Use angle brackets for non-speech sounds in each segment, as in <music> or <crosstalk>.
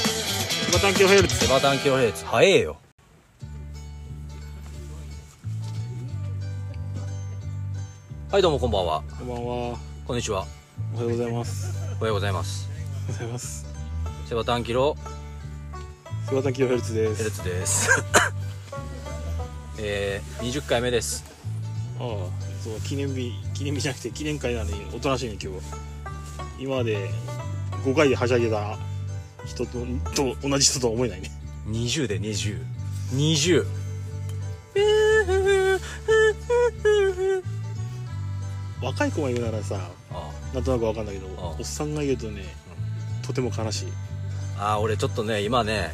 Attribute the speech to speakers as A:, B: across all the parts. A: セバタンキロヘルツ
B: セバタンキロヘルツ早えよはいどうもこんばんは
A: こんばんは
B: こんにちは
A: おはようございます
B: おはようございます
A: おはようございます
B: セバタンキロ
A: セバタンキロヘルツで
B: ヘル
A: す
B: ツです <laughs> えー、20回目です
A: ああそう記念日記念日じゃなくて記念会なのにおとなしいね今日は今まで5回ではしゃげた人とと同じ人とは思えないね
B: 20で2020 20
A: 若い子が言うならさ
B: あ
A: なんとなくわかんないけど
B: ああ
A: おっさんが言うとねとても悲しい、
B: あー俺ちょっとね今ね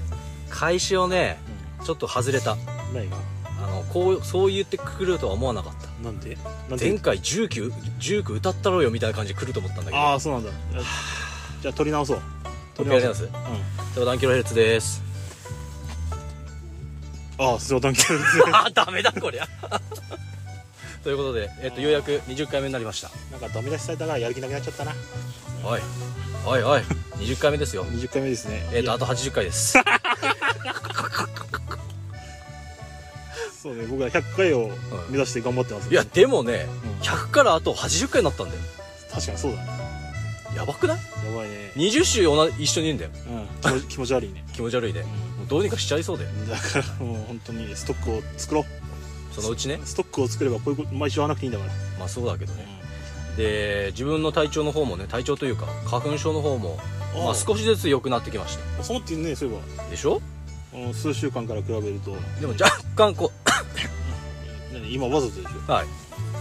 B: 開始をねちょっと外れた
A: 何が
B: あのこうそう言ってくるとは思わなかった
A: なんでなんで
B: 前回19 19歌ったろうよみたいな感じで来ると思ったんだけど
A: ああそうなんだあじゃあ撮り直そう
B: 取り上げます
A: う
B: ではダンキロヘルツです
A: んああそうだけ
B: あ <laughs> ーダメだこりゃということで、えっと、ようやく20回目になりました
A: なんかダメ出しされたからやる気なくなっちゃったな
B: おいおいおい20回目です
A: <laughs>
B: よ
A: 20回目ですね
B: え
A: い
B: っと
A: や
B: あと80回です
A: そうね僕は100回を目指して頑張ってます、
B: いやでもね
A: うん
B: 100からあと80回になったんだよ
A: 確かにそうだね
B: やばくない
A: やばいね、
B: 20週同じ一緒にいるんだよ
A: うん、気持ち気持ち悪いね、
B: 気持ち悪いでも
A: う
B: うどうにかしちゃいそうで
A: ん、だからもう本当にストックを作ろう
B: そのうちね
A: ストックを作ればこういうこと毎週会わなくていいんだから、
B: まあそうだけどねで自分の体調の方もね体調というか花粉症の方も
A: あ
B: まあ少しずつ良くなってきまし
A: そうっていうねそういえば
B: たでしょ
A: この数週間から比べると
B: でも若干こ
A: 何今わざとでしょ、うん
B: うはい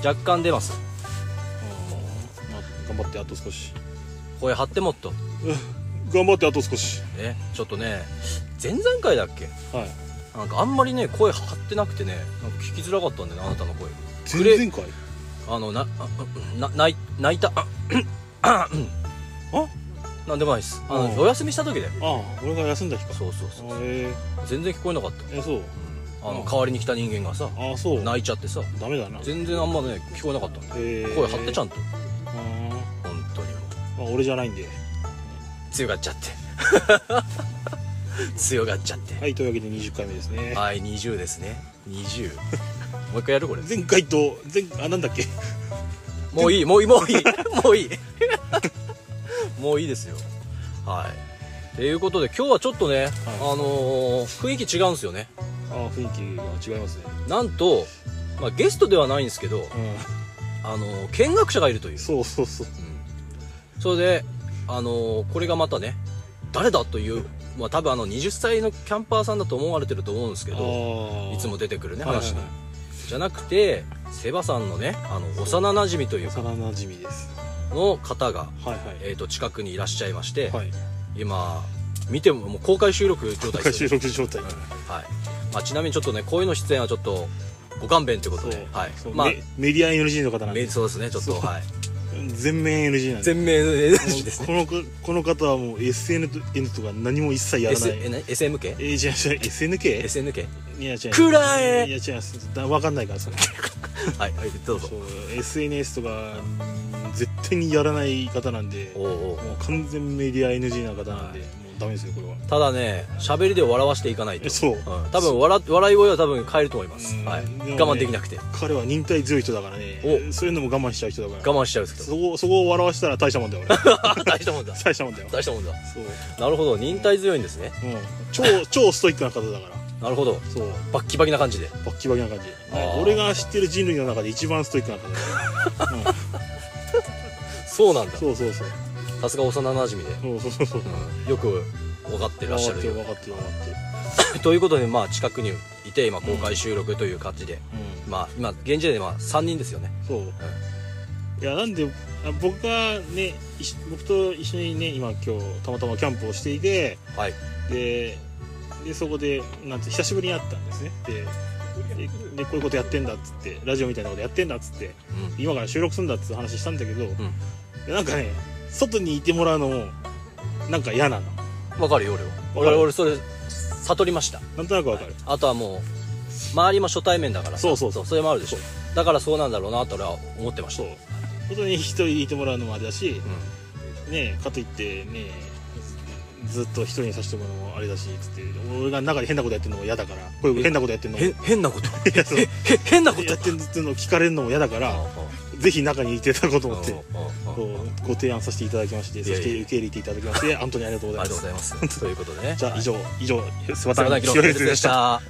B: 若干出ます
A: まあ、頑張ってあと少し
B: 声張ってもっと
A: 頑張ってあと少し
B: ねちょっとね前々回だっけ
A: はい
B: なんかあんまりね声張ってなくてねなんか聞きづらかったんだよねあなたの声
A: 前
B: グレー
A: 々回
B: あのなあうんな泣い泣いたあ
A: あ
B: なんでもないですあ
A: うん
B: のお休みした時だよ
A: ああ俺が休んだ日か
B: そうそうそう
A: えー
B: 全然聞こえなかった
A: えそう
B: あの
A: うん
B: 代わりに来た人間がさ
A: ああそう
B: 泣いちゃってさ
A: ダメだな
B: 全然あんまね聞こえなかったんだよ声張ってちゃ
A: ん
B: んと本当に
A: まあ
B: もう
A: 俺じゃないんで
B: 強がっちゃって <laughs> 強がっちゃって
A: はいというわけで20回目ですね
B: はい20ですね20
A: <laughs>
B: もう一回やるこれ
A: 前回と前あなんだっけ
B: もういいもういいもう
A: <laughs>
B: いいもういい <laughs> もういいですよはいということで今日はちょっとね、あのー雰囲気違うんですよね
A: ああ雰囲気が違いますね
B: なんと、まあ、ゲストではないんですけど、
A: う
B: あのー見学者がいるというん
A: そうそうそう
B: それで、あのーこれがまたね誰だという、まあ、多分あの20歳のキャンパーさんだと思われてると思うんですけ
A: あ
B: ど
A: あ
B: いつも出てくるね
A: はいはい
B: 話に、じゃなくてセバさんのねあの幼なじみというか
A: 幼なじみです
B: の方が、
A: はいはい
B: えー、と近くにいらっしゃいまして、
A: はい
B: 今見てももう公開収録状態です
A: 収
B: よ、
A: 録状態
B: はいまあ、ちなみにちょっとねこういうの出演はちょっとご勘弁ということ
A: そう
B: ではい
A: そう
B: まあ
A: メメディア NG の方なん
B: め
A: で
B: そうですねちょっと
A: そう
B: はい
A: 全面 NG なんで
B: 全面 NG ですね
A: このここの方はもう SN と N とか何も一切やらな
B: S
A: い
B: えな SMK?
A: えー、じゃあ、じゃあ SNK?
B: SNK?
A: いや、違う。
B: くらえ
A: いや、違う。だわかんないから、それ。
B: はい、はい、どうぞ
A: そう SNS とか、絶対にやらない方なんで、
B: お
A: も
B: うおう
A: う完全メディア NG な方なんで、もうダメですよ、これは。
B: ただね喋りで笑わしていかないと
A: えそう
B: うん、多分笑笑い声は多分変えると思います、
A: うん
B: はい、
A: でもね
B: 我慢できなくて
A: 彼は忍耐強い人だからね、
B: お
A: そういうのも我慢しちゃう人だから。
B: 我慢しちゃうんですけ
A: そ
B: ど
A: こ、そこを笑わしたら大したもんだよ、俺。
B: <laughs> 大したもんだ
A: 大したもんだよ。
B: 大したもんだ
A: そう。
B: なるほど忍耐強いんですね
A: うん。超、超ストイックな方だから。
B: なるほど
A: そう。
B: バッキバキな感じで
A: バッキバキな感じ。
B: あー
A: 俺が知ってる人類の中で一番ストイックな方だから。う
B: <laughs>
A: ん
B: そうなんだ
A: そうそうそう。
B: さすが幼なじみで、
A: そうそうそうそう。
B: うんよく分かってらっしゃるよ
A: 分かってる分かってる分かって
B: ということでまあ近くにいて今公開収録という感じで、
A: る。うん。
B: まあ今現時点でまあ3人ですよね
A: そう、いやなんであ僕がね一緒僕と一緒にね今今日たまたまキャンプをしていて
B: はい
A: ででそこでなんて久しぶりに会ったんですねでででこういうことやってんだっつってラジオみたいなことやってんだっつって
B: うん
A: 今から収録するんだっつう話したんだけど、
B: ん
A: でなんかね外にいてもらうのもなんか嫌なの
B: わかるよ俺は
A: わか
B: 俺
A: る
B: 俺それ悟りました
A: なんとなくわかる、
B: あとはもう周りも初対面だからさ
A: そうそう
B: そうそれもあるでしょ
A: そ
B: だからそうなんだろうなと俺は思ってました
A: そう外に一人いてもらうのもあれだし
B: う
A: ねかといってねずっと一人にさせてもらうのもあれだしつって俺が中で変なことやってるのも嫌だからこう <laughs> いう変なことやってるのも
B: へ変なこと
A: いやそう
B: へへ変なこと
A: やってるっていうのを聞かれるのも嫌だから
B: <laughs>
A: ぜひ中にいていただこうと思って
B: あああああ
A: こうご提案させていただきまして
B: いやい
A: そ
B: や
A: して受け入れていただきまして本当にありがとうご
B: あ
A: ざ
B: り
A: い
B: がとう
A: ま
B: ご
A: す <laughs>
B: ざいますということでね
A: じゃあ以
B: 上
A: 上以上スバタ
B: 田
A: ン
B: 大
A: キ
B: 樹
A: ロ
B: の
A: レ
B: 伝
A: ズで
B: で
A: し
B: したた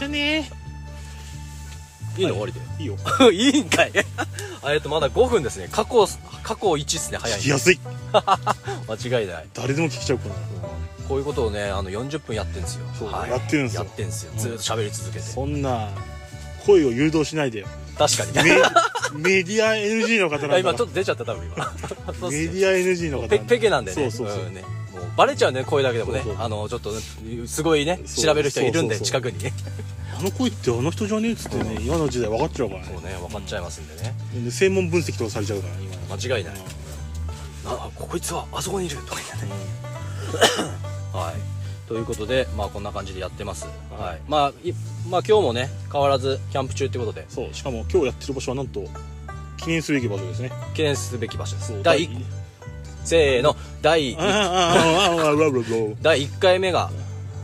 A: じゃあね
B: いいの終わりで
A: ーいいよ
B: いいんかい <laughs> あえっとまだ5分ですね過去過去1ですね早
A: 聞
B: い
A: きやすい
B: 間違いない
A: 誰でも聞きちゃうから
B: こういうことをねあの40分やってんですよ
A: そう
B: はい
A: やってんすよ
B: やってんすよずっと喋り続けて
A: そんな声を誘導しないでよ
B: 確かに <laughs>
A: メメディア NG の方
B: あ
A: なん
B: 今
A: だ
B: ち
A: か
B: ょっと出ちゃった多分今 <laughs> そ
A: ら
B: う
A: メ
B: っす
A: デ
B: ね
A: ィア NG の方なんだ
B: ペペケなんでね
A: そうそうそう
B: うんねもうバレちゃうね声だけでもね
A: そうそう
B: あのちょっとねすごいね
A: そう
B: 調べる人いるんで
A: そうそう
B: 近くにね
A: あの声ってあの人じゃねえっつってね今の時代分かっちゃうから
B: そうね分かっちゃいますんでね
A: ね専門分析とかされちゃうから今の
B: 間違いないあこいつはあそこにいるとか言ってね
A: う
B: はい、ということで、まあ、こんな感じでやってます、
A: は
B: はいいまあ、いまあ今日もね変わらずキャンプ中ってことで
A: んそうしかも今日やってる場所はなんと記念すべき場所ですね
B: 記念すべき場所で
A: そう
B: す第一せーの第
A: ああああああああああああ
B: <laughs> 第1回目が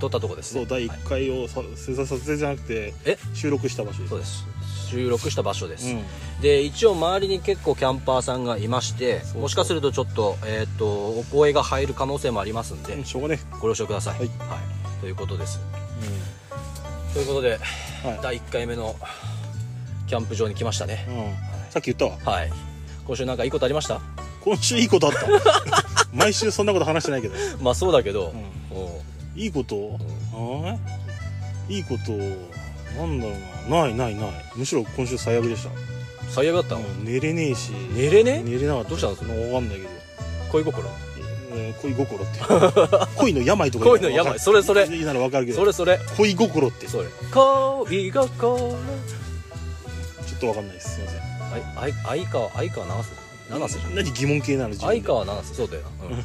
B: 撮ったとこです
A: そ
B: ね
A: う第
B: はい
A: 1回をさ撮影撮影じゃなくて
B: え
A: 収録した場所です
B: そうです収録した場所です、
A: うん
B: で一応周りに結構キャンパーさんがいまして
A: そう
B: もしかするとちょっと,、えー、とお声が入る可能性もありますんで、
A: うんしょうがね
B: ご了承ください、
A: はい
B: はい、ということですということで、
A: えはい
B: 第1回目のキャンプ場に来ましたね、
A: うんさっき言ったわ
B: はい。今週なんかいいことありました
A: 今週いいことあった
B: <laughs>
A: 毎週そんなこと話してないけど
B: まあそうだけど、
A: う
B: おう
A: いいことあいいことなんだろうなないないないむしろ今週最悪でした
B: 最悪だったの、
A: うん寝れねえし
B: 寝れね
A: 寝れなかった
B: どうしたの
A: その分かんないけど
B: 恋心
A: えー恋心って <laughs> 恋の病とか言う
B: 恋の
A: わか
B: 病
A: る
B: それそれ
A: いいならわかるけど
B: それそれ
A: 恋心ってちょ
B: それ恋心
A: っとわかんないですすいません
B: あいあい相川相川長瀬長瀬じゃん
A: 何疑問系なの自分で
B: 相川長瀬そうだよな、うん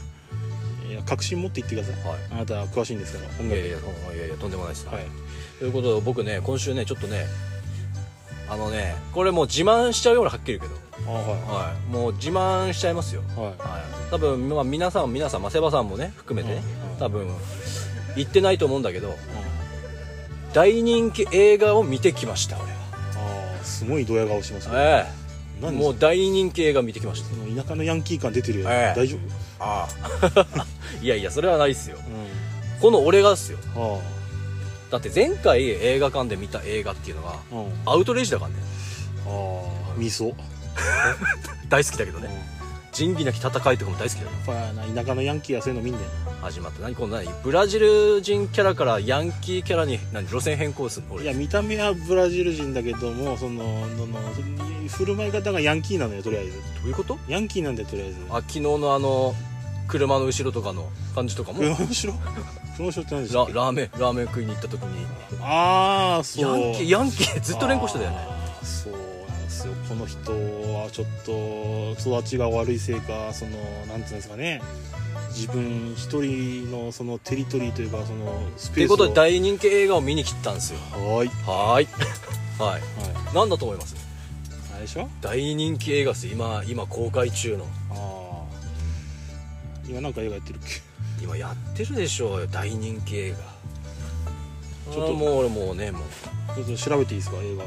A: いや確信持って言ってください
B: は
A: あなたは詳しいんですから
B: い
A: 音
B: いや
A: 楽
B: いやうんいやいやとんでもないです、
A: はい
B: ということで僕ね今週ねちょっとねあのねこれもう自慢しちゃうようなはっきり言うけ
A: あは
B: ど、はい、もう自慢しちゃいますよ
A: いはい
B: はい、多分、まあ、皆さん皆さん、まあ、セバさんもね含めてね、
A: うん
B: 多分行ってないと思うんだけど大人気映画を見てきました俺は
A: ああすごいドヤ顔してますね
B: ええ
A: 何で
B: も
A: すか
B: う大人気映画見てきまし
A: その田舎のヤンキー感出てるよ
B: ええ
A: 大丈夫
B: たああ <laughs> いやいやそれはないっすよ
A: うん
B: この俺がっすよ
A: あ
B: だって前回映画館で見た映画っていうのが
A: あうん
B: アウトレイジだからね
A: ああ味噌
B: 大好きだけど
A: うん
B: ね仁義なき戦いとかも大好きだよ
A: やっぱな田舎のヤンキーはそういうの見んねん
B: 始まって何この何ブラジル人キャラからヤンキーキャラに何路線変更するの
A: い
B: 俺
A: や見た目はブラジル人だけどもそのその振る舞い方がヤンキーなのよとりあえず
B: どういうこと
A: ヤンキーなんだよとりあえず
B: あ昨日のあの車の後ろとかの感じとかも
A: 黒
B: ラ
A: の城黒の城って何でした
B: ラ
A: っけ
B: ーメンラーメン食いに行った時に
A: ああ
B: ヤ
A: そう
B: ンキーヤンキーずっと連呼してたよね
A: あーそうなんですよこの人はちょっと育ちが悪いせいかそのなんていうんですかね自分一人のそのテリトリーというかそのス
B: と
A: ペ
B: い
A: ー
B: う
A: スを
B: ことで大人気映画を見に来たんですよ
A: はーい、
B: はーい <laughs> は
A: は
B: い
A: い、
B: 何だと思います
A: あれでしょ
B: 大人気映画です今今公開中の
A: ああ今なんか映画やってるっけ
B: 今やってるでしょうよ大人気映画
A: ち
B: ち
A: ょ
B: ょ
A: っと
B: っともう俺もうねもう
A: ちょっと調べていいですか映画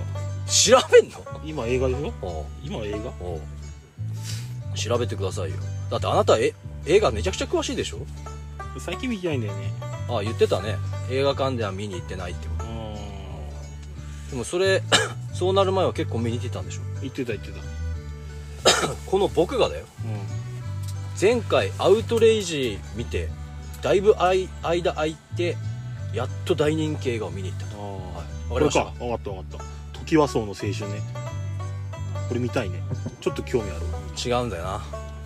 B: 調べんの
A: 今映画でしょ
B: おう
A: 今映画
B: おう調べてくださいよだってあなたえ映画めちゃくちゃ詳しいでしょ
A: 最近見てないんだよね
B: あ言ってたね映画館では見に行ってないってこと
A: うーん
B: でもそれ <clears throat> そうなる前は結構見に行ってたんでしょ
A: 言ってた言ってた
B: この僕がだよ
A: う
B: 前回アウトレイジ見てだいぶあい間空いてやっと大人気映画を見に行ったと
A: んああ
B: わかりました
A: これか分かった分かったトキワ荘の青春ねこれ見たいねちょっと興味ある
B: 違うんだよな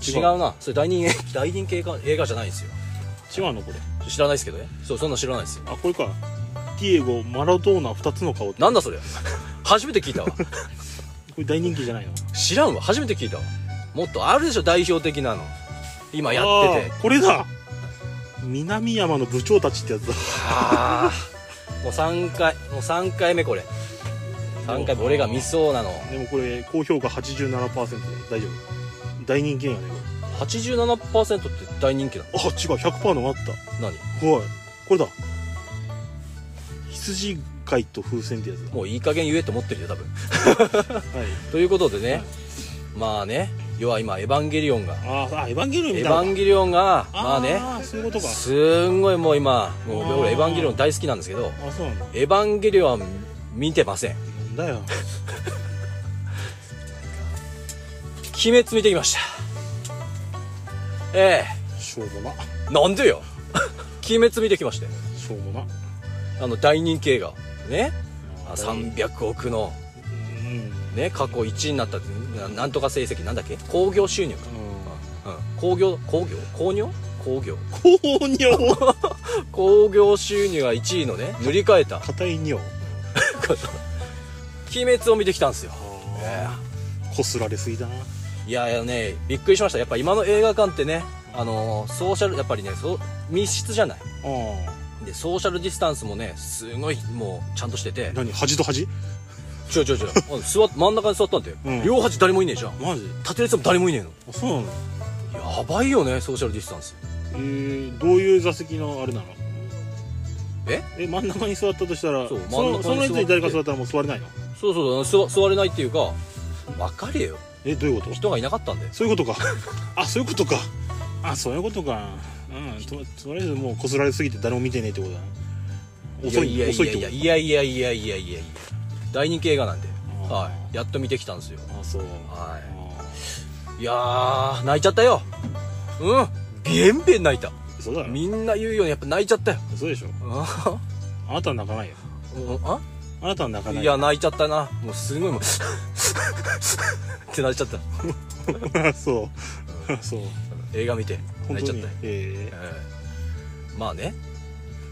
A: 違
B: 違
A: う
B: うなそれ大人 <laughs> 気大人気映画映画じゃないんですよ
A: 違うのこれ
B: 知らないですけどねそうそんなの知らないですよ
A: あこれかディエゴマラドーナ2つの顔ってこ
B: なんだそれ <laughs> 初めて聞いたわ
A: れ大人気じゃないの
B: 知らんわ初めて聞いたわもっとあるでしょ代表的なの今やってて
A: あーこれだ南山の部長たちってやつだ
B: ああもう3回もう3回目これ3回目俺が見そうなの
A: でもこれ高評価87%で大丈夫大人気映画ねこ
B: 87%って大人気なの
A: あ違う100%のがあった
B: 何
A: 怖いこれだ羊飼いと風船ってやつだ
B: もういい加減言えと思ってるよ多分
A: はい
B: ということでね、
A: はい
B: まあね要は今エヴァンゲリオンが
A: あーあエヴァンゲリオンみた
B: エ
A: いな
B: ヴ
A: のか
B: ァンゲリオンがまあね
A: ーそういうことか
B: すんごいもう今もう
A: あー
B: 俺エヴァンゲリオン大好きなんですけど
A: あそうなんだ
B: エヴァンゲリオンは見てません
A: なんだよ
B: 鬼滅見てきましたえ
A: しょうもな
B: えなんでよ <laughs> 鬼滅見てきましたよ
A: しょうもな
B: あの大人気映画ねあ
A: あ
B: 300億の
A: うんうん
B: ね過去1位になったななんとか成績なんだっけ興行収入かうん興行興行興行興行
A: 高尿
B: 興行収入が1位のね塗り替えた <laughs>
A: 硬い尿
B: 鬼滅を見てきたんですよ、え
A: こすられすぎだな
B: えいやいやねびっくりしましたやっぱ今の映画館ってねあのーソーシャルやっぱりねそう密室じゃない
A: あ
B: でソーシャルディスタンスもねすごいもうちゃんとしてて
A: 何端と端
B: 違う違う違
A: <laughs>
B: うあの座っ真ん中に座ったんだよ、
A: うん
B: 両端誰もいねえじゃん
A: マジ
B: 縦列も誰もいねえの
A: あそうなの
B: やばいよねソーシャルディスタンス
A: えー、どういう座席のあれなの
B: え
A: え真ん中に座ったとしたら
B: そう
A: その
B: 真
A: そ
B: ん中に座って
A: のやつに誰か座ったらもう座れないの
B: そうそうそう座座れないっていうか分かれよ
A: えどういうこと
B: 人がいなかったんで
A: そういう
B: <laughs>
A: ことかあそういうことかあそういうことかうんととりあえずもうこすられすぎて誰も見てねえってことだな遅い
B: いやい
A: 遅
B: や
A: いって
B: い
A: こと
B: やいやいやいやいやいやいや大人気映画なんで、
A: あー
B: はい、やっと見てきたんですよ
A: あそう
B: は
A: あ
B: いいやー泣いちゃったようんビエンビエン泣いた
A: そうだろ
B: みんな言うようにやっぱ泣いちゃったよ
A: そうでしょ
B: あ
A: あなたは泣かないよ
B: うんあ
A: あなたは泣かない
B: い
A: よ
B: や泣いちゃったなもうすごいもうって泣いちゃっ
A: <laughs>
B: た
A: そうそう <laughs>
B: 映画見て
A: 本
B: 泣いち
A: 当
B: ゃっ
A: に
B: たよ、
A: え
B: ええまあね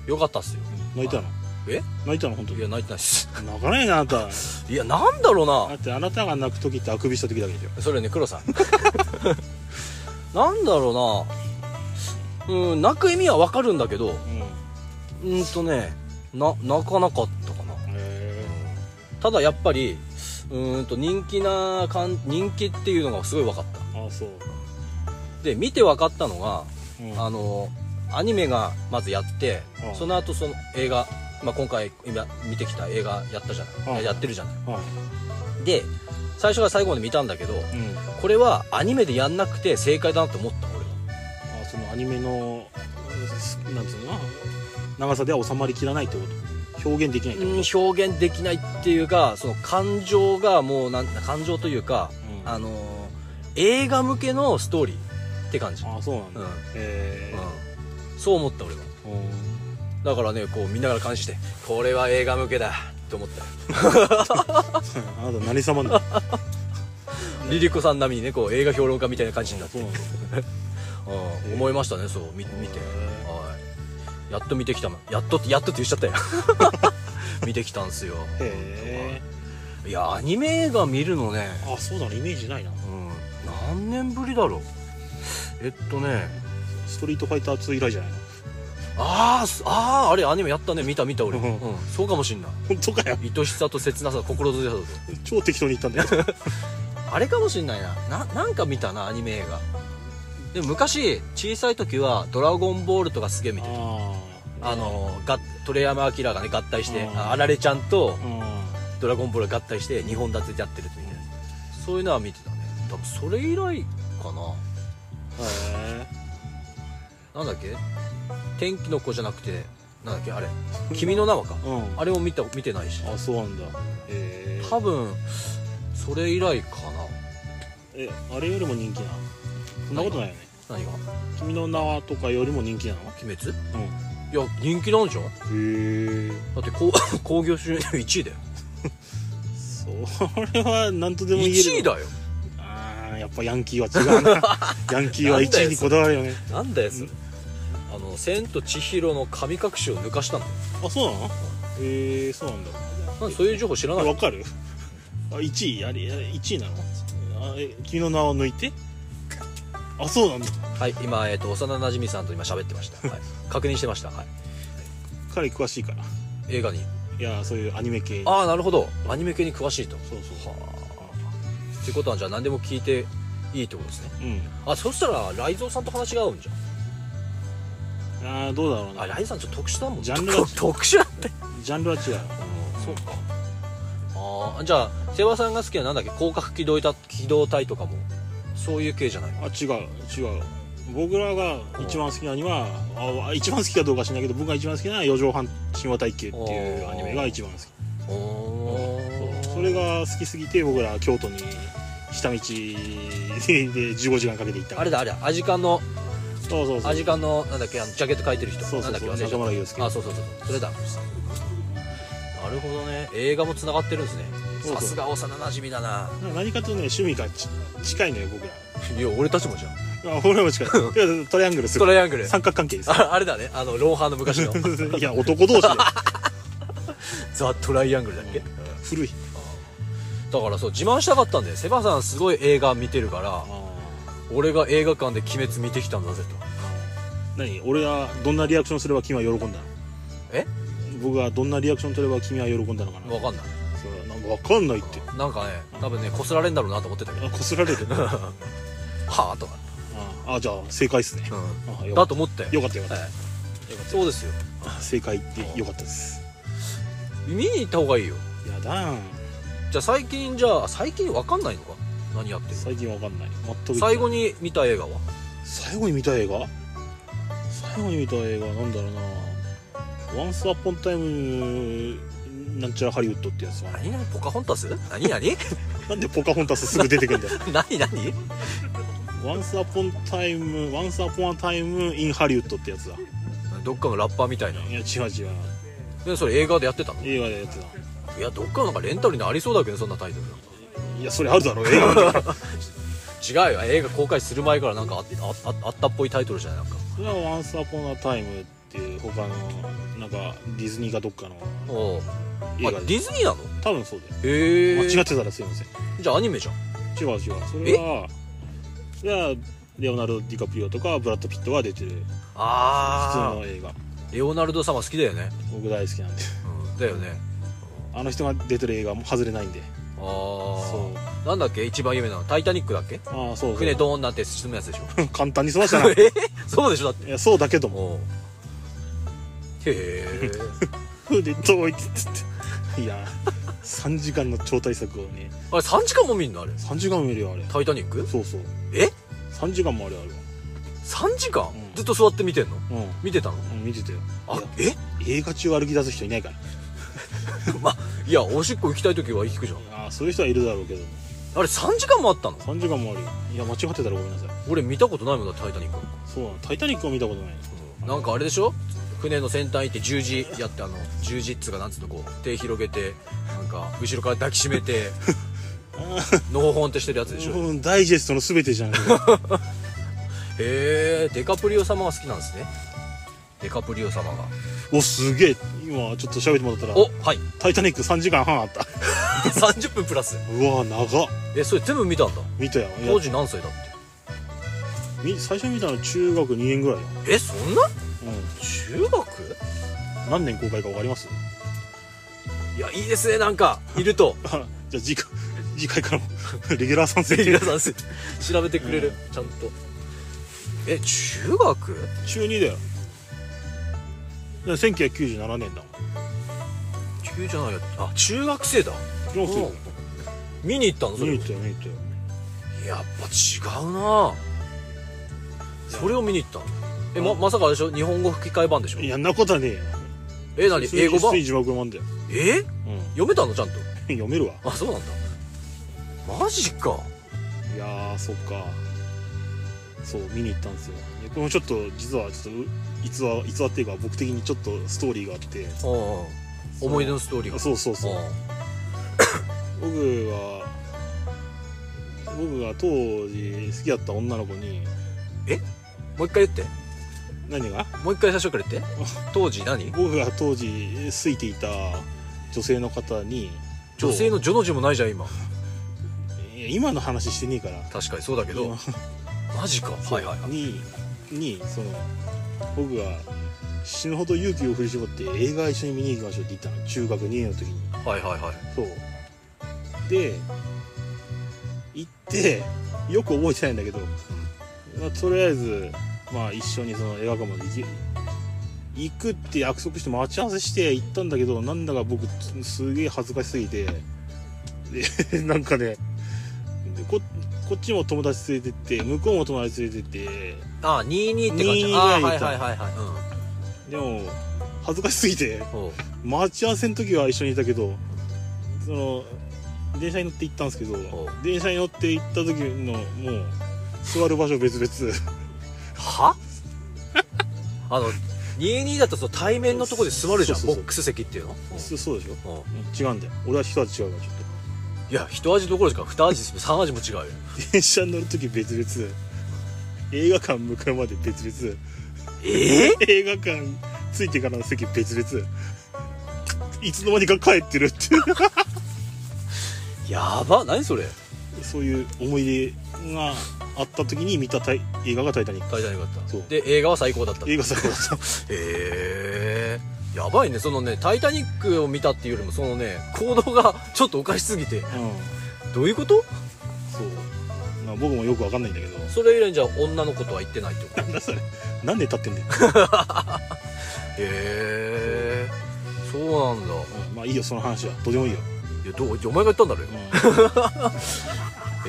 B: よかったっすよ
A: え泣いたの
B: え
A: 泣いたの本当
B: い
A: に
B: や泣いてないっす
A: 泣かないなあなただ
B: いやなんだろうな
A: ってあなたが泣く時ってあくびした時だけでしょ
B: それね黒さんなんだろうなうん泣く意味はわかるんだけど
A: うん
B: うんとねな泣かなかったかな
A: え
B: ただやっぱりうーんと人気な感人気っていうのがすごい分かった
A: えあそう
B: で見て分かったのが
A: うん
B: あのアニメがまずやって、
A: うん
B: その後その映画、まあ、今回今見てきた映画やったじゃない、
A: うん
B: やってるじゃな
A: はい
B: いで最初から最後まで見たんだけど
A: うん
B: これはアニメでやんなくて正解だなと思った俺は
A: あそのアニメのすなんつうのかな長さでは収まりきらないってこと表現できないってこと、
B: うん表現できないっていうかその感情がもうなん感情というか、
A: うん
B: あのー映画向けのストーリーって感じ、
A: あそうなんだ、
B: うん
A: え
B: うんそう思った俺は
A: ーうん <laughs>
B: だからねこう見ながら監視してこれは映画向けだって思ったよ
A: あなた何様なんだ
B: リリコさん並みにねこう映画評論家みたいな感じになって、
A: そうなんだ
B: うん
A: え
B: 思いましたねそう見見て、
A: え
B: はいやっと見てきたもんやっとってやっとって言っちゃったよ <laughs> 見てきたんすよ
A: へ
B: いやアニメ映画見るのね
A: えあそうだなイメージないな
B: うん何年ぶりだろうえっとね
A: ストリートファイター2以来じゃないの <laughs>
B: あーすあーあれアニメやったね見た見た俺、
A: う
B: うんんそうかもしんない
A: 本当かよ
B: 愛しさと切なさ心強さと
A: 超適当に言ったんだよ
B: あれかもしんないなななんか見たなアニメ映画でも昔小さい時は「ドラゴンボール」とかすげえ見てた
A: あ
B: あのが鳥山明がね合体して
A: うん
B: ああられちゃんと
A: ーう
B: ドラゴンボールが合体して2本立てでやってるみたいなそういうのは見てたね多分それ以来かなん
A: へ
B: なんだっけ天気の子じゃなくてなんだっけあれ君の名はか
A: えうん
B: あれも見た見てないし
A: あそうなんだへえ
B: 多分それ以来か
A: えあれよりも人気なのそんなことないよね
B: な何が
A: 君の名はとかよりも人気なの
B: 鬼滅
A: うん
B: いや人気なんじゃんだ
A: へえ
B: ってこう <laughs> 興行収入1位だよ
A: それは何とでも言える
B: 1位だよ
A: あーやっぱヤンキーは違う <laughs> なヤンキーは
B: なん
A: 1
B: だよ
A: 位にこだわるよね
B: なんだよそれあの「千と千尋の神隠し」を抜かしたんだよ
A: あそうなのへえそうなんだ
B: なんでそういう情報知らない
A: わかるあ1位あれ1位なのあえ君の名を抜いてあそうなんだ
B: はい今、えっと幼なじみさんと今喋ってました、はい、確認してました、はい、
A: 彼詳しいから
B: 映画に
A: いやそういうアニメ系
B: ああなるほどアニメ系に詳しいと
A: そうそう
B: はあってことはじゃあ何でも聞いていいってことですね
A: うん
B: あそしたら雷蔵さんと話が合うんじゃん
A: あーどうだろう
B: あ
A: な
B: 雷蔵さんちょっと特殊だもんね
A: ジャンルが
B: 特殊だって
A: ジャンルは違う
B: そうかああじゃあ瀬場さんが好きななんだっけ広角機動隊機動隊とかもそういう系じゃない
A: あ違う違う僕らが一番好きなにはあ一番好きかどうか知らないけど僕が一番好きなのは四畳半神話体系っていうアニメが一番好き
B: おお
A: そうそれが好きすぎて僕ら京都に下道で15時間かけて行った
B: あれだあれだアジカンの
A: そうそうそう
B: アジカンのなんだっけあのジャケット描いてる人
A: そうそうそう
B: なんだっけ
A: 中村祐介
B: あそうそうそうそれだなるほどね映画もつながってるんですね
A: そうそう
B: さすが幼馴染だな
A: 何かとね趣味がち近いのよ僕ら
B: いや俺たちもじゃん
A: あ俺らも近いいやトライアングルす
B: ト
A: る
B: ライアングル
A: 三角関係です
B: ああれだねあのロンハーの昔
A: <laughs>
B: の
A: いや男同士で
B: ザ・トライアングルだっけ、
A: うん古い
B: だからそう自慢したかったんでセバさんすごい映画見てるから俺が映画館で「鬼滅」見てきたんだぜと
A: 何俺はどんなリアクションすれば君は喜んだの
B: え
A: 僕はどんなリアクション取れば君は喜んだのかな
B: わかんない
A: それはなんか分かんないって
B: なんかね多分ねこすられんだろうなと思ってたけど
A: あこすられて
B: <laughs>
A: るあ
B: はあとか、
A: あじゃあ正解っすねあよか
B: だ
A: っ
B: と思って
A: たよかったよかっ
B: はいそうですよ
A: た正解ってよかったです
B: 見に行った方がいいよ
A: やだん
B: じゃあ最近じゃあ最近わかんないのか何やってる
A: 最近分かんない全く
B: 最後に見た映画は
A: 最後に見た映画最後に見た映画なんだろうな「ワンスアポンタイムなんちゃらハリウッド」ってやつは
B: 何何ポカホンタス何何
A: なんでポカホンタスすぐ出てくるんだよ
B: <laughs> 何何
A: 「ワンスアポンタイムワンスアポンタイムインハリウッド」ってやつだ
B: どっかのラッパーみたいない
A: や違う違う
B: でそれ映画でやってたのい
A: 映画でやつだ
B: やどっかのなんかレンタルにありそうだけどねそんなタイトル
A: いやそれあるだろ映
B: <laughs>
A: 画なんだから
B: 違うよ映画公開する前からなんかああああったっぽいタイトルじゃないなんか
A: それは「ワンスアポンタイム」っていう他のなんかディズニーかどっかの
B: おう
A: 映
B: あ
A: 画
B: デ
A: で
B: ィズニーなの
A: 多分そうだよ
B: へえ
A: 間違ってたらすいません
B: じゃあアニメじゃん
A: 違う違うそれはそれはレオナルド・ディカプリオとかブラッド・ピットが出てる普通
B: あ
A: の映画
B: あレオナルド様好きだよね、
A: 僕大好きなんで
B: うん、だよね
A: あの人が出てる映画も外れないんで
B: あ
A: そう
B: あなんだっけ一番有名なの「タイタニック」だっけ
A: ああそうそ
B: 船
A: う
B: ドーンなんて沈むやつでし <laughs>
A: <laughs>
B: ょ
A: 簡単に済ましたない
B: <laughs> えそうでしょだって
A: やそうだけども
B: おうへえ <laughs>
A: で遠いってっていや3時間の超大作をね
B: あれ3時間も見んのあれ「
A: 3時間も見るよあれ
B: タイタニック
A: そうそう」
B: え
A: 3時間もあれあるわ
B: 3時間、
A: うん
B: ずっと座って見てんの見てたの
A: うん、うん、見てたよ
B: あ
A: いや
B: え
A: 映画中歩き出す人いないから
B: <laughs> まいやおしっこ行きたい時は行くじゃん
A: ああそういう人はいるだろうけど
B: あれ3時間もあったの
A: 3時間もあるよいや間違ってたらごめんなさい
B: 俺見たことないもんだって「タイタニック」
A: そうなの「タイタニック」を見たことない
B: なんかあれでしょ船の先端行って十字やってあの十字っつうかなんつうのこう手広げてなんか後ろから抱きしめ <laughs> てのほほんってしてるやつでしょへ
A: うんダイジェストの全てじゃん
B: えデカプリオ様が好きなんですねデカプリオ様が
A: おすげえ今ちょっと喋ってもらったら
B: おはい
A: 「タイタニック」3時間半あった
B: 30分プラス
A: うわ長っ
B: えそれ全部見たんだ
A: 見たよいや
B: 当時何歳だっ
A: み最初見たの中学2年ぐらいよ、
B: てえそんな
A: う
B: 中学
A: ん、何年公開か分かります
B: いやいいですねなんかいると
A: <laughs> じゃあ次回次回からも <laughs> レギュラー参戦
B: ぜひ <laughs> 皆さんせ調べてくれる、ちゃんとえ中学
A: <laughs> 中2だよだから1997年だもん
B: 中じゃないやあ中学生だ
A: そうそう
B: 見に行ったのそれ
A: 見に行ったよ見に行ったよ
B: やっぱ違うなそれを見に行ったのえままさかあれでしょ日本語吹き替え版でしょ
A: いやんなことはねえよ
B: え何英語版
A: 普通に字幕もあんだよ、
B: え
A: うん、
B: 読めたのちゃんと
A: <laughs> 読めるわ
B: あそうなんだマジか
A: いやーそっかそう見に行ったんですよいやこれもちょっと実はちょっとう逸話逸話っていうか僕的にちょっとストーリーがあって
B: うんうん思い出のストーリーが
A: そうそうそう
B: う
A: 僕は僕が当時好きだった女の子に
B: んもう一回言って
A: 何が
B: もう一回最初から言って当時何
A: 僕が当時好いていた女性の方に
B: 女性
A: の
B: の「女」の字もないじゃん今
A: 今の話してねえから
B: 確かにそう
A: <laughs>
B: だけど
A: 今
B: マジかはいはいはい
A: ににその僕が死ぬほど勇気を振り絞って映画一緒に見に行きましょうって言ったの中学2年の時に
B: はいはいはい
A: そうで行ってよく覚えてないんだけど、まあ、とりあえず、まあ、一緒にその映画館まで行き行くって約束して待ち合わせして行ったんだけどなんだか僕すすげえ恥ずかしすぎてで <laughs> なんかねでここっちも友達連れてって向こうも友達連れてって
B: ああ22って感じ
A: 22
B: ああ
A: ぐら
B: はい
A: いいた
B: はいはいはい
A: でも恥ずかしすぎて
B: うんおう
A: 待ち合わせの時は一緒にいたけどその電車に乗って行ったんですけど
B: おう
A: 電車に乗って行った時のもう座る場所別々
B: は <laughs> あの22だとその対面のとこで座るじゃん
A: そうそうそう
B: ボックス席っていうの
A: そ <laughs> そうでしょ
B: うんうん
A: 違うんだよ俺は人味違うからちょっ
B: いや一味どころですか二味三味も違うよ
A: と電車に乗る時別々映画館向かうまで別々
B: ええ
A: 映画館着いてからの席別々いつの間にか帰ってるっていう
B: やば何それ
A: そういう思い出があった時に見たタイ映画が「タイタニック
B: 大体なかった
A: そう
B: で映画は最高だった」
A: 映画作だった
B: へえやばいねそのね「タイタニック」を見たっていうよりもそのね行動がちょっとおかしすぎて
A: うん
B: どういうこと
A: そう、まあ、僕もよくわかんないんだけど <laughs>
B: それ以来じゃあ女の子とは言ってないってことへ
A: なんだそれ何で立ってんだよ、
B: えそうなんだ
A: うんまあいいよその話はどうでもいいよ、
B: いやどうお前が言ったんだろよ
A: うん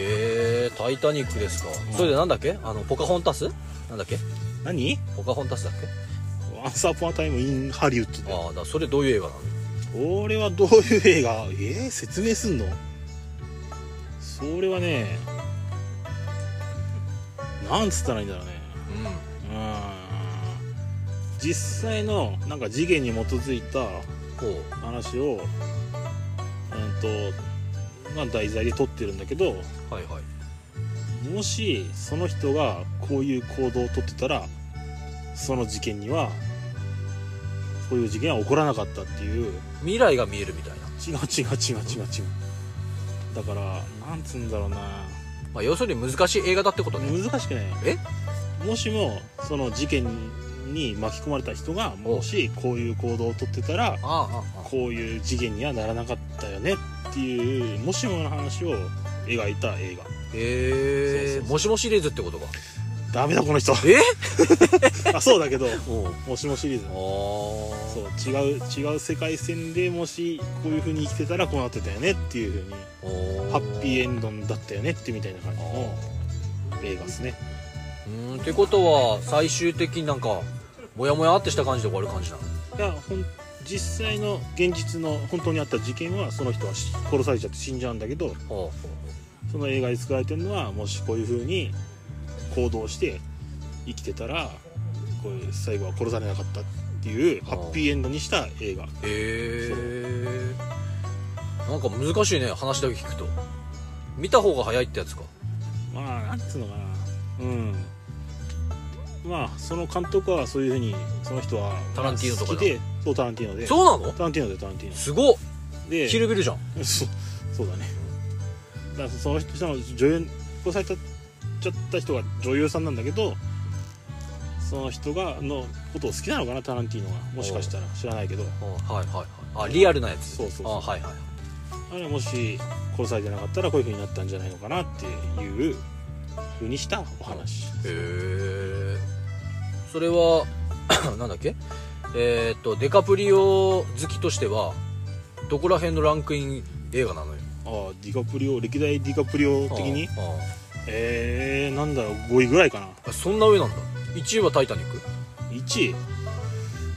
B: へえ「タイタニック」ですか、
A: ん
B: それでなんだっけあのポカホンタスなんだっけ
A: 何
B: ポカホンタスだっけ
A: ワンサーポンタイムインハリウッドだよ
B: ああだからそれどういう映画なの
A: 俺はどういう映画えー、説明すんのそれはねなんつったらいいんだろうね
B: う
A: うーん実際のなんか事件に基づいた
B: んほう
A: 話をうんとまあ題材で撮ってるんだけど
B: はいはい
A: もしその人がこういう行動をとってたらその事件にはこういう事件は起こらなかったっていう
B: 未来が見えるみたいな、
A: 違う違う違う違う違うだからなんつうんだろうな
B: まあ、要するに難しい映画だってことね
A: 難しくない
B: え
A: もしもその事件に巻き込まれた人がもしこういう行動をとってたら
B: ああああああ
A: こういう事件にはならなかったよねっていうもしもの話を描いた映画
B: へえ
A: そうそうそう
B: もしもシリーズってことか
A: ダメだこの
B: <laughs>
A: 人
B: え
A: あそうだけど
B: おう
A: もしもシリーズ
B: あ
A: そう違う違う世界線でもしこういう風に生きてたらこうなってたよねっていう風に
B: あお
A: ハッピーエ
B: ン
A: ンドだったよねってみたいな感じの映画ですね
B: うーんってことは最終的になんかモヤモヤってした感じで終わる感じなの
A: いやほん実際の現実の本当にあった事件はその人はし殺されちゃって死んじゃうんだけど
B: ほ
A: その映画で作られてるのはもしこういう風に行動して生きてたらこういう最後は殺されなかったっていうハッピーエンドにした映画
B: うへえなんか難しいね話だけ聞くと見た方が早いってやつか
A: まあなんつうのかなうんまあその監督はそういうふうにその人は
B: タランティーノとかだ
A: 好きでそうタランティーノで
B: そうなの
A: タランティーノでタランティー
B: すごっ
A: ノで
B: キルビルじゃん
A: <laughs> そうそうだねだからその人その女優殺されたちゃった人が女優さんなんだけどその人がのことを好きなのかなタランティーノがもしかしたら知らないけど
B: あはいはいはいあリアルなやつ
A: そうそうそう
B: あはいはい
A: あれもし殺されてなかったらこういうふうになったんじゃないのかなっていうふうにしたお話
B: へえそれは <clears throat> なんだっけえーっとデカプリオ好きとしてはどこら辺のランクイン映画なのよ
A: ああディカプリオ歴代ディカプリオ的に
B: ああ
A: えー、なんだろう5位ぐらいかな
B: あそんな上なんだ1位は「タイタニック
A: 1位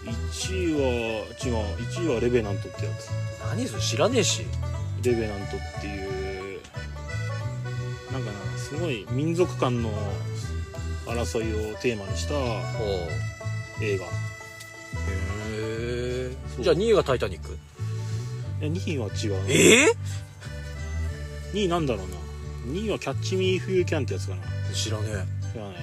A: 1位は違う1位はレベナントってやつ」
B: 何それ知らねえし
A: レベナントっていうなんかなすごい民族間の争いをテーマにした
B: ああへ
A: 映画
B: え
A: そう
B: じゃあ2位が「タイタニック
A: 2位は違う」な
B: え
A: 2位なんだろうな2位は「キャッチ・ミー・フュー・キャン」ってやつかな
B: え知らねえ
A: 知らない、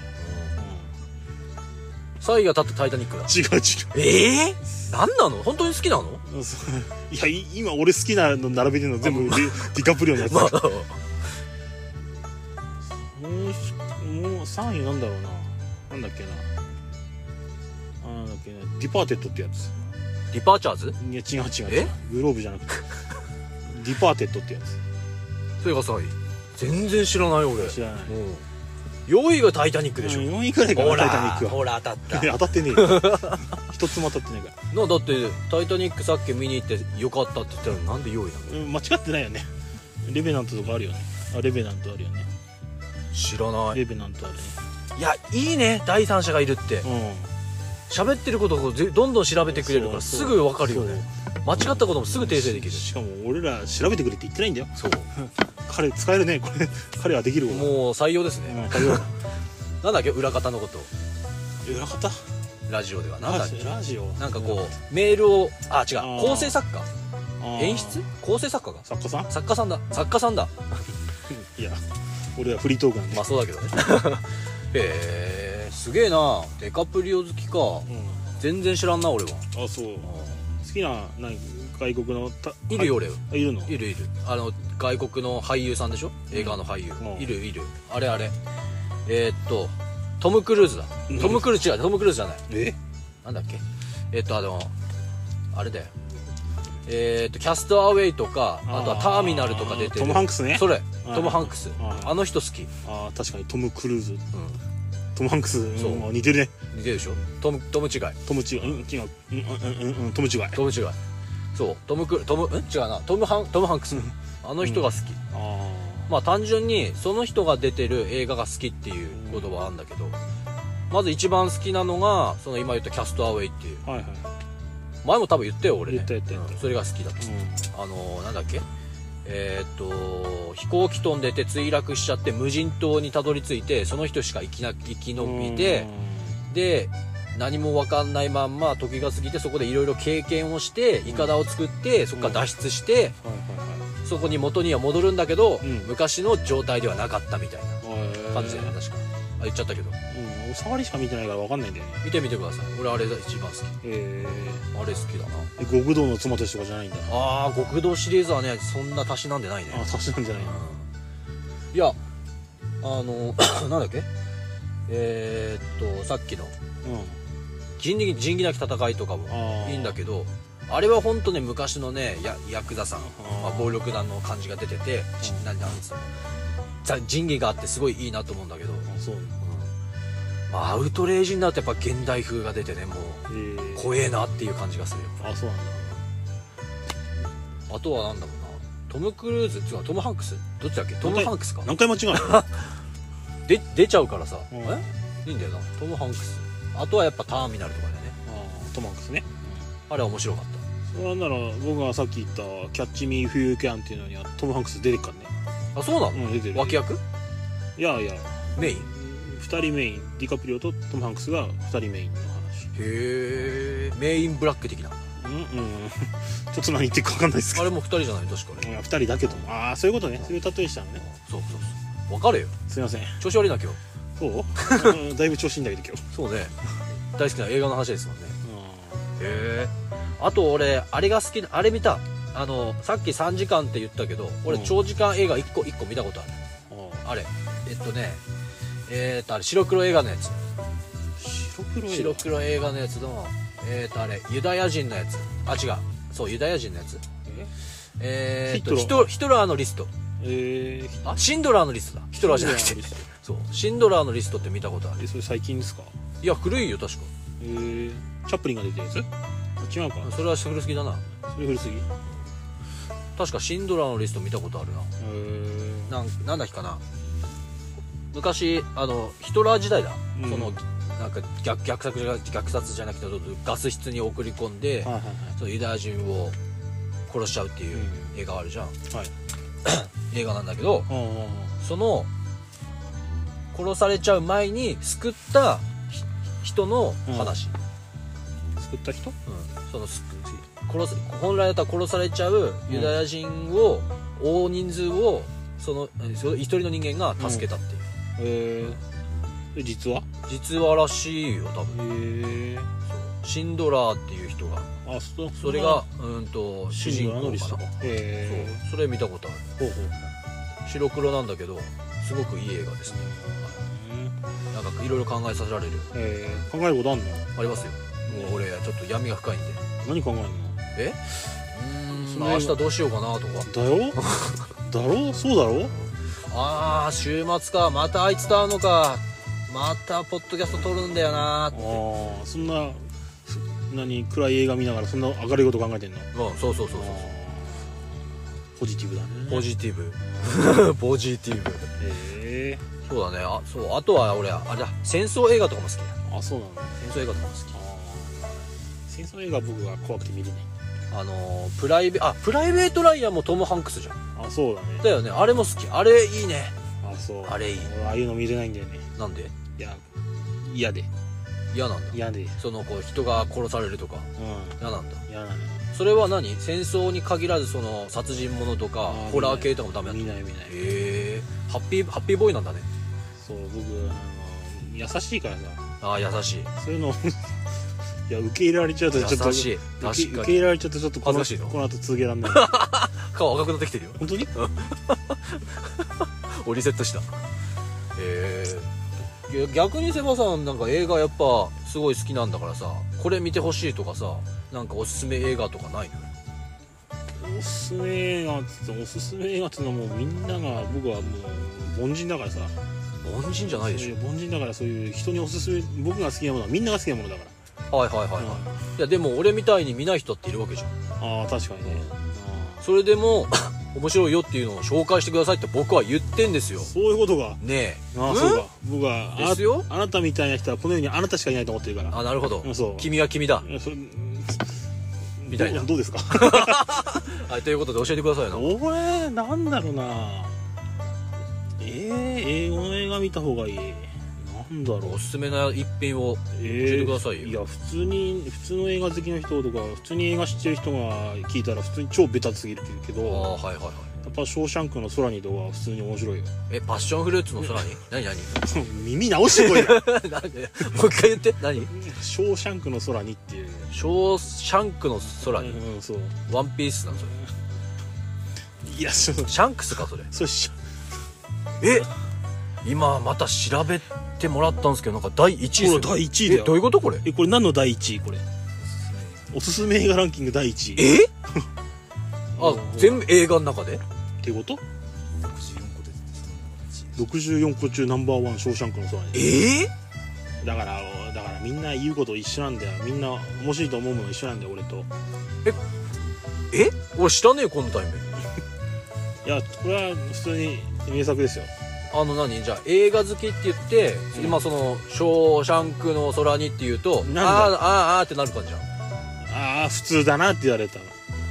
B: 3位がたって「タイタニック」だ
A: 違う違
B: ええ何なの本当に好きなの
A: うそういやい今俺好きなの並べてるの全部デディカプリオのやつ
B: ま
A: だ
B: あ
A: からもうひもう3位なんだろうななんだっけなあーなんだっけなディパーテッドってやつ
B: ディパーチャーズ
A: いや違う違う違
B: え <laughs>
A: うグローブじゃなくてディパーテッドってやつ
B: それが3位全然知らない俺
A: 知らない
B: うん4位が「タイタニック」でしょ、
A: 4位くらいか
B: ほ
A: な
B: ら
A: タイタニックは
B: ほら当たった
A: いや当たってねえ
B: <laughs>
A: よ一つも当たってないから
B: なだって「タイタニック」さっき見に行ってよかったって言ったのになんで4位なの
A: うん間違ってないよねレベナントとかあるよねあレベナントあるよね
B: 知らな
A: レベナントあるね
B: いいやいいね第三者がいるって
A: う
B: 喋ってることをぜどんどん調べてくれるから
A: そう
B: す
A: そう
B: ぐ分かるよね間違ったこともすぐ訂正できる
A: ししかも俺ら調べてくれって言ってないんだよ
B: そう
A: 彼使えるねこれ彼はできるわ
B: もう採用ですね
A: うん彼は
B: なんだっけ裏方のこと
A: 裏方
B: ラジオではなんだ
A: ラ
B: っけ
A: ジラジオ
B: なんかこうメールをあ違
A: ー
B: う構成作家
A: あー
B: 演出構成作家が
A: 作家さ
B: <laughs>
A: ん
B: 作家さんだ作家さんだ
A: いや俺はフリートークなんで、
B: まあそうだけどねへえすげえなデカプリオ好きか
A: う
B: 全然知らんな俺は
A: ん、あそう好きな何外国のた
B: いるよ俺
A: あいるの
B: いるいるあの外国の俳優さんでしょ映画の俳優、
A: うん
B: いるいるあれあれえーっとトム・クルーズだ
A: うん
B: トム・クルーズ違うトム・クルーズじゃない
A: え
B: なんだっけえーっとあのあれだよえーっとキャストアウェイとかあとはターミナルとか出てる
A: トム・ハンクスね
B: それ
A: うん
B: トム・ハンクス
A: うん
B: あの人好き、うん、
A: あー確かにトム・クルーズトム・ハンクス、うん
B: そう
A: あ似てるね
B: 似てるでしょトムトム違い
A: トム違ううん違ううんうんうんうんトム違いあ
B: トム違いそうトム・クルトムん違うなトムハントム・ハンクス
A: うん
B: あの人が好き、
A: あ
B: まあ単純にその人が出てる映画が好きっていうことはあるんだけどまず一番好きなのがその今言った「キャストアウェイ」っていう
A: はいはい
B: 前も多分言ったよ俺ね
A: 言った言った言った
B: うんそれが好きだとあのーなんだっけえーっと飛行機飛んでて墜落しちゃって無人島にたどり着いてその人しか生きな生き
A: うん
B: 延びてで何も分かんないまんま時が過ぎてそこでいろいろ経験をしてイカダを作ってそこから脱出して
A: うんはいはいはい
B: そこに元には戻るんだけど、
A: うん
B: 昔の状態ではなかったみたいな感
A: 感
B: じだよね確かあ言っちゃったけど
A: うん、おさわりしか見てないから分かんないんだよね
B: 見てみてください俺あれが一番好き
A: え
B: あれ好きだな
A: え極道の妻としてとかじゃないんだ
B: あー極道シリーズはねそんなたしなんでないね
A: あ足しなんじゃないの
B: うんいやあの <clears throat> なんだっけえーっとさっきの
A: うん
B: 仁義仁義なき戦いとかも
A: あー
B: いいんだけどあれは本当ね昔のねやヤクザさん、まあ、暴力団の感じが出ててち
A: うん
B: 何なんつうのざ仁義があってすごいいいなと思うんだけど、
A: あそう
B: まあ、アウトレイジになるとやっぱ現代風が出てねもう
A: ええ
B: 怖えなっていう感じがするよ
A: あそうなんだ
B: あとはなんだろうなトム・クルーズ違うトム・ハンクスどっちだっけトム・ハンクスか
A: 何回間違うの
B: で出ちゃうからさ、
A: うん
B: えいいんだよなトム・ハンクスあとはやっぱターミナルとかだよね
A: あートマンクスね
B: あれは面白かっ
A: それなら僕がさっき言った「キャッチ・ミー・フュー・キャン」っていうのにはトム・ハンクス出てっからね
B: たあそうなの、
A: うん出てる
B: 脇役
A: いやいや
B: メインへ
A: 2人メインディカプリオとトム・ハンクスが2人メインの話
B: えメインブラック的な
A: うんうん <laughs> ちょっと何言ってるか分かんないですけ
B: あ
A: ど
B: れも2人じゃない確か
A: い
B: ね
A: や2人だけとああそういうことねそういう例えしたのね
B: そうそうそう分かれよ
A: すいません
B: 調子悪いな今日
A: そううんだいぶ調子いいんだけど今日
B: そうね大好きな映画の話ですもんねへえあと俺あれが好きなあれ見たあのさっき3時間って言ったけど俺
A: うん
B: 長時間映画1個1個見たことある
A: うん
B: あれえっとねえー、っとあれ白黒映画のやつ
A: 白黒い
B: 白黒映画のやつのえー、っとあれユダヤ人のやつあ違うそうユダヤ人のやつえー、っと
A: ヒ
B: ヒ
A: ト
B: トヒトラーのリスト
A: ええ
B: あシンドラーのリストだヒトラーじゃなくて
A: シンドラーのリ
B: そうシンドラーのリストって見たことある
A: えそれ最近ですか
B: いや古いよ確か
A: えー、チャップリンが出てるやつあ違うか
B: それは古すぎだな
A: それ古すぎ
B: 確かシンドラーのリスト見たことあるな
A: えー、
B: なんなんだっけかな昔あのヒトラー時代だ、
A: うん
B: そのなんか逆虐殺じゃ虐殺じゃなくてガス室に送り込ん
A: はい
B: で、
A: はいはい
B: そのユダヤ人を殺しちゃうっていう
A: う
B: 映画あるじゃん、
A: はい
B: 映画なんだけど
A: あー
B: その殺されちゃう前に救ったひ人の話、
A: あー救った人
B: うんそのす殺す本来だったら殺されちゃうユダヤ人を、大人数をそのえその一人の人間が助けたっていう、
A: えー、で実は
B: 実話らしいよ多分
A: えー、
B: シンドラーっていう人が
A: あそ
B: それがうんと主
A: シンド
B: 人
A: ラー
B: 公
A: のリス
B: か
A: ト
B: な
A: か
B: そう
A: ええ
B: それ見たことある
A: ほうほう
B: 白黒なんだけどすごくいい映画ですね
A: うん
B: なんかいろいろ考えさせられる
A: えー、考えることあんの
B: ありますよもう俺ちょっと闇が深いんで
A: 何考えんの
B: えう
A: そ
B: ーん
A: の <laughs>
B: まあ明日どうしようかなとか
A: だよだろそうだろ
B: ああ週末かまたあいつと会うのかまたポッドキャスト撮るんだよな
A: ああそんなそ何暗い映画見ながらそんな明るいこと考えてんの
B: うんそうそうそうそう
A: あーポジティブだね
B: ポジティブ <laughs> ポジティブ
A: へえ
B: そうだねあそうあとは俺あれだ戦争映画とかも好きだ
A: あそうなんだあ
B: 戦争映画とかも好き
A: ー戦争映画僕は怖くて見れない
B: あのープライベあプライベートライアンもトム・ハンクスじゃん
A: あそうだね
B: だよねあれも好きあれいいね
A: あそう
B: あれいい
A: 俺ああいうの見れないんだよね
B: なんで
A: いや嫌で
B: 嫌なんだ
A: 嫌でうん
B: そのこう人が殺されるとか嫌なんだ
A: 嫌なの
B: それは何戦争に限らずその殺人ものとか
A: あー
B: ホラー系とかもダメなんだ
A: 見ない見ない
B: へえハッピーハッピーボーイなんだね
A: そう僕あの優しいからさ
B: ああ優しい
A: そういうの <laughs> いや受け入れられちゃうとちょっと
B: 優しい
A: 受け
B: 確
A: 受
B: か
A: け入
B: に
A: れられちゃうとちょっとこの
B: 恥ずかしいの
A: この後続けられ <laughs> ない
B: 顔赤くなってきてるよ
A: 本当に
B: 俺リセットしたへえいや逆にセバさんなんか映画やっぱすごい好きなんだからさこれ見てほしいとかさなんかおすすめ映画とかないの
A: おすすめ映画っつっておすすめ映画っつうのはもうみんなが僕はもう凡人だからさ
B: 凡人じゃないでし
A: そういう凡人だからそういう人におすすめ僕が好きなものはみんなが好きなものだから
B: ょはいはいはいはい、いやでも俺みたいに見ない人っているわけじゃん
A: ああ確かにねあ
B: それでも <coughs> 面白いよっていうのを紹介してくださいって僕は言ってんですよ
A: ーそういうことか
B: ねえ
A: ああ
B: ん
A: そうか僕はあ
B: ですよ
A: あなたみたいな人はこの世にあなたしかいないと思ってるから
B: あなるほど
A: うんそう
B: 君は君だ
A: いやそれ
B: みたいな
A: どうどう
B: <laughs>
A: ですか
B: はいということで教えてくださいよ
A: 俺なんだろうなえー、英語の映画見た方がいいなんだろう
B: おすすめな一品を
A: え
B: 教えてくださいよ
A: いや普通に普通の映画好きの人とか普通に映画知ってる人が聞いたら普通に超ベタすぎるけ
B: ああ
A: ど
B: はいはいはい
A: やっぱ「ショーシャンクの空に」とかは普通に面白いよ <laughs>
B: えパッションフルーツの空に何何
A: 耳直してこい <laughs> よ
B: なんでもう一回言って何
A: 「ショーシャンクの空に」っていう
B: ショーシャンクの空に
A: うん、うん、そう
B: ワンピースなのそれ
A: いやそう
B: シャンクスかそれ
A: そうシャ
B: え今また調べてもらったんですけどなんか第1位ですよ
A: ほら第一位だよ
B: えどういうことこれ
A: えこれ何の第1位これおすすめ映画ランキング第1位っ
B: えあ全部映画の中で
A: てこと64個中ナンバーワン「ショーシャンクの空に」
B: ええ
A: だからだからみんな言うこと一緒なんだよみんな面白いと思うもの一緒なんだよ俺と
B: え俺知らねえこのタイム
A: いやこれは普通に名作ですよ
B: あの何じゃあ映画好きって言って、
A: うん
B: 今その「ショーシャンクの空に」って言うと
A: なん
B: あ
A: だ
B: ああーあーってなる感じじゃん
A: ああ普通だなって言われたの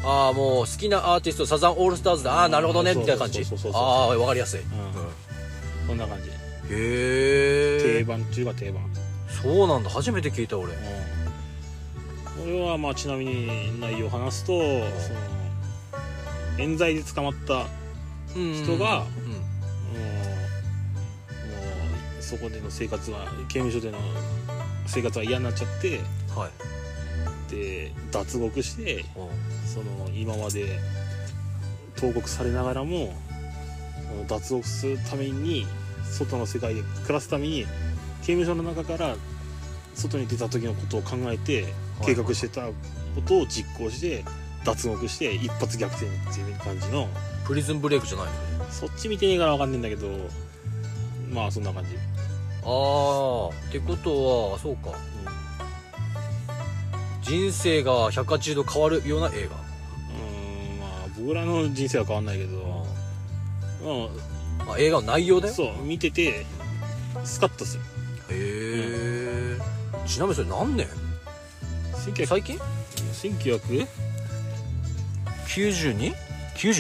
B: ああもう好きなアーティストサザンオールスターズだああーなるほどね
A: うん
B: みたいな感じ
A: そうそうそうそうそう
B: ああ分かりやすい、
A: んこんな感じ
B: へ
A: 定
B: え
A: 番中が定番
B: そうなんだ初めて聞いた俺
A: これはまあちなみに内容を話すとその冤罪で捕まった人が
B: うん
A: もうもうそこでの生活は刑務所での生活は嫌になっちゃって
B: はい
A: で脱獄して
B: おう
A: その今まで投獄されながらもその脱獄するために外の世界で暮らすために刑務所の中から外に出た時のことを考えて計画してたことを実行して脱獄して一発逆転っていう感じの
B: プリズンブレイクじゃない
A: そっち見てねえから分かんねえんだけどまあそんな感じ、
B: のああってことはそうか人生が180度変わるような映
A: うんまあ僕らの人生は変わんないけど、う
B: 画、まあ、映画の内容だ
A: ん、
B: よ
A: そう見ててスカッとする
B: へえちなみにそれ何年
A: 1900
B: 最近
A: 1994
B: 92?94? え
A: 年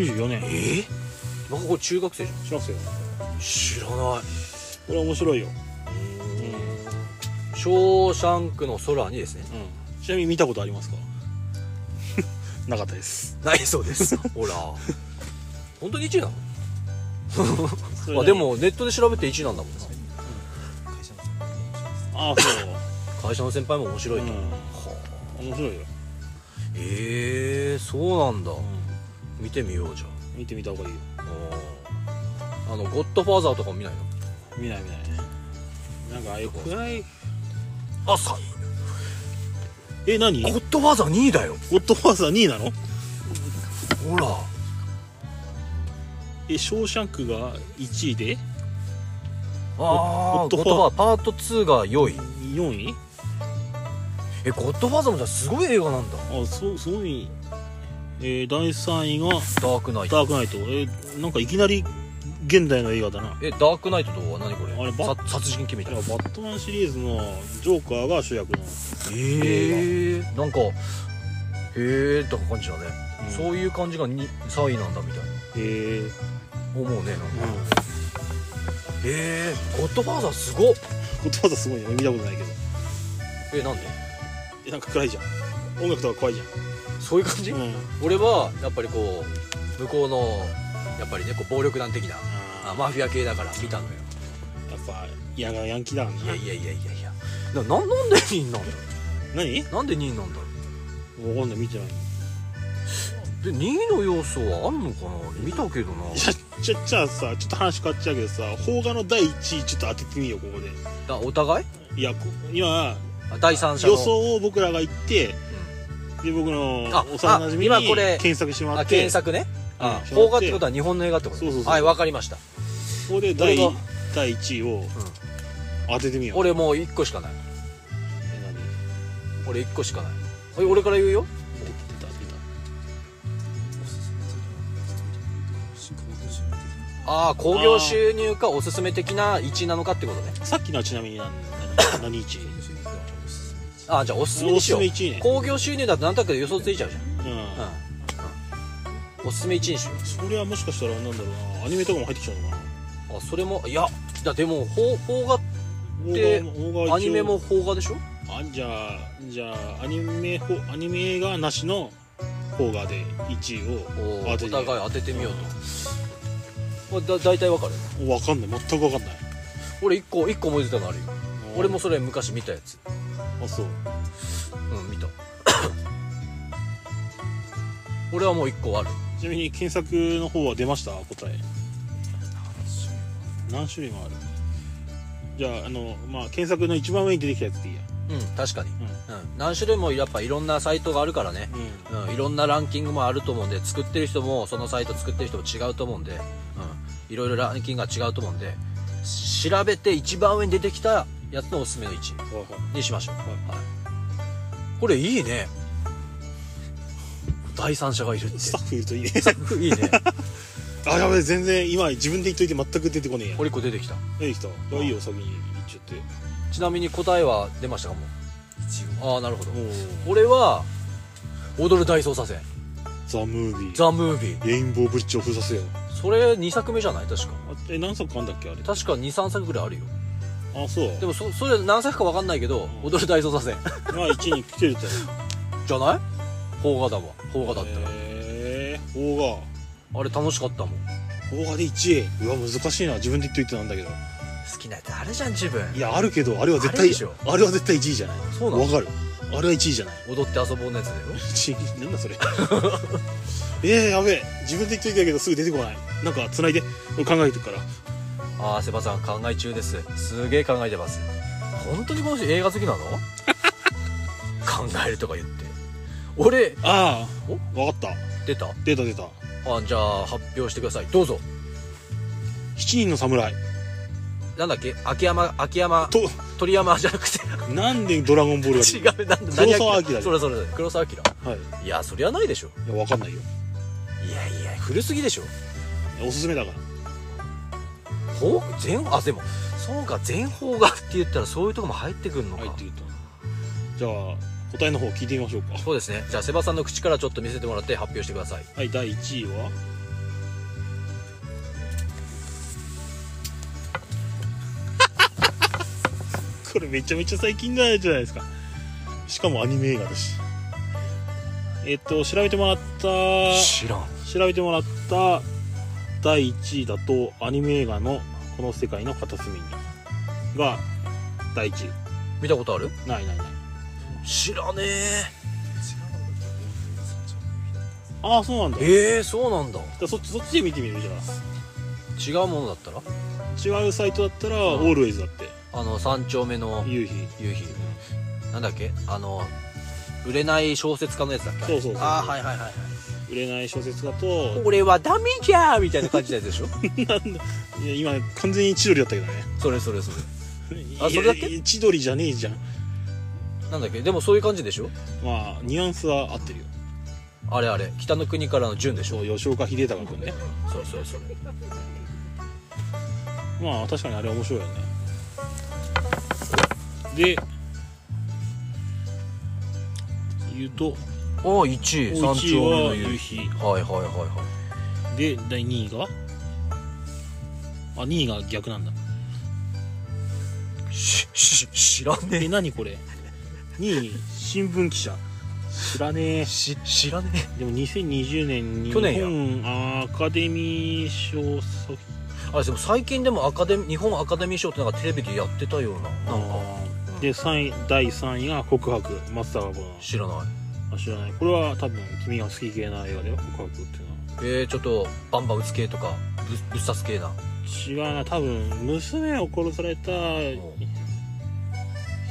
B: ー、なんかこれ中学生じ
A: しますよ
B: ゃん知らない
A: これ面白いよ、
B: ショーシャンクの空にですね
A: うん、ちなみに見たことあります <laughs> かなかったです
B: ないそうです <laughs> ほら本当に1位な
A: それ
B: の
A: な
B: あ
A: り
B: でもネットで調べて1位なんだもんな
A: ああそ
B: 会社の先輩も面白
A: う、
B: い
A: う
B: と、は
A: ん、
B: あ
A: 面白いよ、
B: えー、そうなんだ見てみようじゃ
A: うん、見てみた方がいいよ
B: ああーあの「ゴッドファーザー」とかも見ない
A: 見ない見ないなんかああいう暗い
B: のあさ
A: え何
B: ゴ
A: ゴ
B: ッドファーザー2位だよ
A: ッドファーザー2位なの
B: ほら
A: えショーシャンクが1位で
B: ああ
A: ゴッ
B: ゴ
A: ド
B: ッ
A: ファー
B: ドファーパート2が良い
A: 4位
B: えゴッドファーザーもじゃあすごい映画なんだ
A: あそうすごい、えー第3位が
B: ダークナイ
A: 「
B: ト
A: ダークナイト」えーなんかいきなり現代の映画だな
B: えダークナイトとは何これ
A: あれバ
B: さ殺人鬼み
A: い
B: たい
A: や
B: な
A: バットマンシリーズのジョーカーが主役の、
B: ええー、なんかへえって感じだね、
A: うん
B: そういう感じがに3位なんだみたいな
A: えー
B: 思うねなんか
A: うん
B: えー、ゴッドファーザーすごっ
A: 言葉だすごいね見たことないけど
B: えなんで
A: えなんか暗いじゃん音楽とか怖いじゃん、
B: そういう感じ、
A: うん、
B: 俺はやっぱりこう向こうのやっぱりねこう暴力団的なあ
A: あ
B: マフィア系だから見たのよ
A: やっぱヤンヤンキーだから
B: いやいやいやいやいやななんなんで2位なんだろ
A: な何
B: うなんで2位なんだろう
A: わかんない見てない
B: で2位の要素はあんのかな見たけどな
A: じゃじゃじゃあさちょっと話変わっちゃうけどさ邦画の第1位ちょっと当ててみようここで
B: だお互い
A: いやこ今
B: あ第三者の
A: 予想を僕らが言ってで僕の
B: あ
A: 幼馴染み
B: あ今
A: に
B: これ
A: 検索してもら
B: あ
A: って
B: 検索ねあ
A: うん
B: 邦画ってことは日本の映画ってこと
A: そうそうそう
B: はいわかりました
A: ここで第
B: 俺が
A: 第1位を当ててみよう
B: 俺もう1個しかない
A: え何
B: 俺1個しかないおい俺から言うよ
A: 出た出た
B: ああ興行収入かおすすめ的な1位なのかってことね
A: さっきのはちなみに何何1位
B: ああじゃあおすすめにしよ
A: おすすめ1位ね
B: う興行収入だとなんとなく予想ついちゃうじゃん
A: うん
B: うん、おすすめ1位にしよ
A: それはもしかしたらなんだろうなアニメとかも入ってきちゃうのかな
B: うあそれもいやだでも邦邦で
A: 邦画邦画は一応
B: 画アニメも邦画でしょ
A: あじゃあじゃあアニメほアニメ映画なしの邦画で1位
B: お
A: を
B: お
A: 当て
B: 互い
A: て
B: 当ててみようと、これだ大体わかる
A: 分かんない全く分かんない
B: 俺1個一個思いついたのあるよ俺もそれ昔見たやつ
A: あそう
B: うん見た <coughs> 俺はもう1個ある
A: ちなみに検索の方は出ました答え何種類もあるじゃああのまあ検索の一番上に出てきたやつでいいや
B: うん確かに、うん、何種類もやっぱいろんなサイトがあるからね
A: う、ん、うん
B: うん、いろんなランキングもあると思うんで作ってる人もそのサイト作ってる人も違うと思うんで、うん、いろいろランキングが違うと思うんでし調べて一番上に出てきたやつのおすすめの位置
A: わかる
B: にしましょう、はい、これいいね第三者がいるって
A: スタッフいるといいね <laughs>
B: いいね
A: あやべえ全然今自分で言っといて全く出てこねえや
B: これ1個出てきた
A: 出てきたじゃあいいよ先に言っちゃって
B: ちなみに答えは出ましたかもうああなるほど
A: おー
B: 俺は踊る大捜査線
A: ザ・ムービー
B: ザ・ムービー
A: レインボーブリッジを封鎖せよ
B: それ2作目じゃない確か
A: あえ何作かあんだっけあれ
B: 確か23作ぐらいあるよ
A: あそう
B: でもそそれ何作か分かんないけど「
A: うん
B: 踊る大捜査線
A: まあ1に来てる
B: <laughs>
A: と」
B: じゃない邦画だわ邦画だったら、
A: へえ邦画
B: あれ楽しかったもん
A: 邦画で1位うわ難しいな自分で言っといてなんだけど
B: 好きなやつあるじゃん自分
A: いやあるけどあれは絶
B: あれ
A: 対
B: でしょ
A: あれは絶対1位じゃない
B: そうな
A: わ
B: の
A: かるあれは1位じゃない
B: 踊って遊ぼうのやつだよ
A: 1位なんだそれ <laughs> えー、やべえ自分で言っといたけどすぐ出てこないなんか繋いで俺考えてるから
B: ああセバさん考え中ですすげえ考えてます本当にこの人映画好き <laughs> なの考えるとか言って俺
A: あ
B: お
A: あわかった
B: 出た
A: 出た出た
B: あじゃあ発表してくださいどうぞ
A: 七人の侍
B: なんだっけ秋山秋山
A: と
B: 鳥山じゃなくて
A: なんでドラゴンボールが出
B: 違
A: てく
B: うなんだ
A: 黒澤明だ
B: だ
A: よ
B: それそれそれ黒澤明
A: るはい
B: いやそりゃないでしょ
A: いやわかんないよ
B: いやいや古すぎでしょ
A: おすすめだから
B: ほう全あでもそうか全方がって言ったらそういうとこも入ってくるのか
A: 入ってきたじゃあ答えの方聞いてみましょうか
B: そうですねじゃあセバさんの口からちょっと見せてもらって発表してください
A: はい第1位は <laughs> これめちゃめちゃ最近のやつじゃないですかしかもアニメ映画だしえっと調べてもらった
B: 知らん
A: 調べてもらった第1位だとアニメ映画の「この世界の片隅に」が第1
B: 見たことある
A: 位ないないない
B: 知らね
A: ああそうなんだ
B: え
A: じ
B: えー、そうなんだ
A: ゃあそっちそっちで見てみるじゃあ
B: 違うものだったら
A: 違うサイトだったら「
B: うん
A: オールウェイズ」だって
B: あの三丁目の
A: 夕日
B: 夕日なんだっけあの売れない小説家のやつだっけ
A: そうそうそう
B: ああはいはいはいはい
A: 売れない小説家と
B: 俺はダメじゃーみたいな感じのやつでしょ
A: いや今完全に千鳥だったけどね
B: <laughs> それそれそれあそれだけ
A: いや千鳥じゃねえじゃん
B: なんだっけでもそういう感じでしょ
A: まあニュアンスは合ってるよ
B: あれあれ北の国からの純でしょ
A: そう吉岡秀隆君ね
B: そうそうそう
A: まあ確かにあれ面白いよねで言うと
B: お1位
A: お
B: 三
A: 一位
B: 丁目
A: は
B: の夕
A: 夕
B: 日
A: 日
B: はいはいはいはい
A: で第2位があ2位が逆なんだ
B: しし知らね
A: え何これ2位新聞記者知らねえ
B: えし知らねえ
A: でも2020年に
B: 去年や
A: 日本アカデミー賞作品
B: あれでも最近でもアカデミ日本アカデミー賞ってなんかテレビでやってたようななんかうん
A: で3位第3位が「告白」松坂子の
B: 知らない
A: あ知らないこれは多分君が好き系な映画だよ告白っていう
B: えー、ちょっとバンバン打つ系とかぶぶっ刺す系
A: の
B: な
A: は違うな多分娘を殺された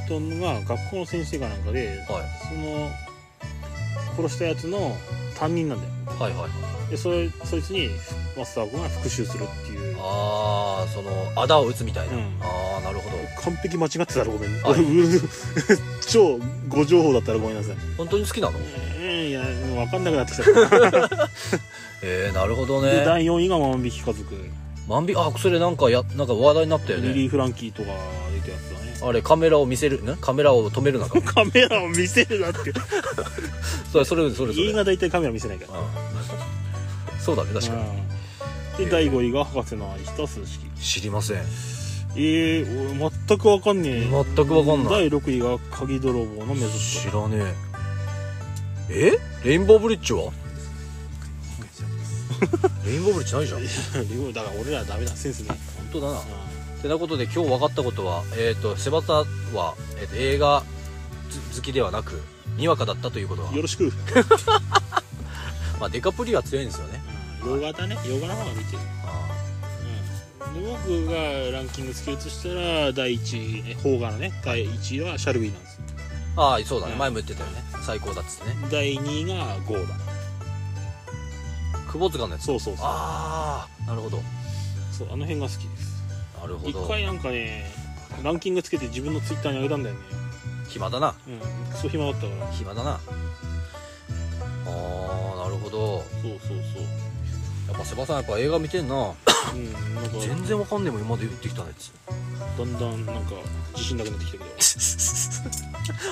A: 人が学校の先生かなんかで
B: はい
A: その殺したやつの担任なんだよ
B: はいはいはい
A: でそれそいつにマスター君が復讐するっていう
B: ああそのあだを打つみたいな、
A: うん
B: ああなるほど
A: 完璧間違ってたらごめん、
B: はい
A: <laughs> 超ご情報だったらごめんなさい
B: 本当に好きなの
A: うんいや分かんなくなってきた
B: えー、なるほど
A: で
B: ね
A: 第4位が万引き家族
B: 万引あそれなんかやなんか話題になったよ
A: リ
B: ね
A: リー・フランキーとか出てやつだね
B: あれカメラを見せるねカメラを止め
A: <laughs>
B: るなか
A: カメラを見せるな
B: <laughs>
A: って
B: それそれそれそれ
A: 映画大体カメラ見せないから
B: うんそうだね確かに
A: うんで第5位が博士の愛した数式
B: 知りません
A: ええー、俺全く分かんねえ
B: 全く分かんない
A: 第6位が鍵泥棒の目指
B: 知 <laughs>
A: す
B: らねええレインボーブリッジはレインボーブリッジないじゃん本
A: だから俺らダメだセンスね
B: 当だなてなことで今日分かったことはえっ、とセバタは、えーと映画ず好きではなくにわかだったということは
A: よろ
B: <laughs>
A: しくうん
B: まあデカプリは強いんですよね
A: 洋型ね洋型の方が見てる
B: あ
A: うんで僕がランキングつけるとしたら第1位邦画のね第1位はシャルビーなんですよ
B: ーあーそうだね
A: うん
B: 前も言ってたよね最高だっつってね
A: 第2位がゴーだ
B: 窪塚のやつ
A: そうそうそう
B: ああなるほど
A: そうあの辺が好きです
B: なるほ
A: 一
B: ど
A: 回なんかねランキングつけて自分のツイッターに上げたんだよね
B: 暇だな
A: うんクソ暇だったから
B: 暇だなあーなるほど
A: そうそう
B: やっぱセバさんやっぱ映画見てんな
A: そううんなんか
B: 全然わかんねえもん今まで言ってきたやつ <laughs>
A: だんだんなんか自信なくなってきたけど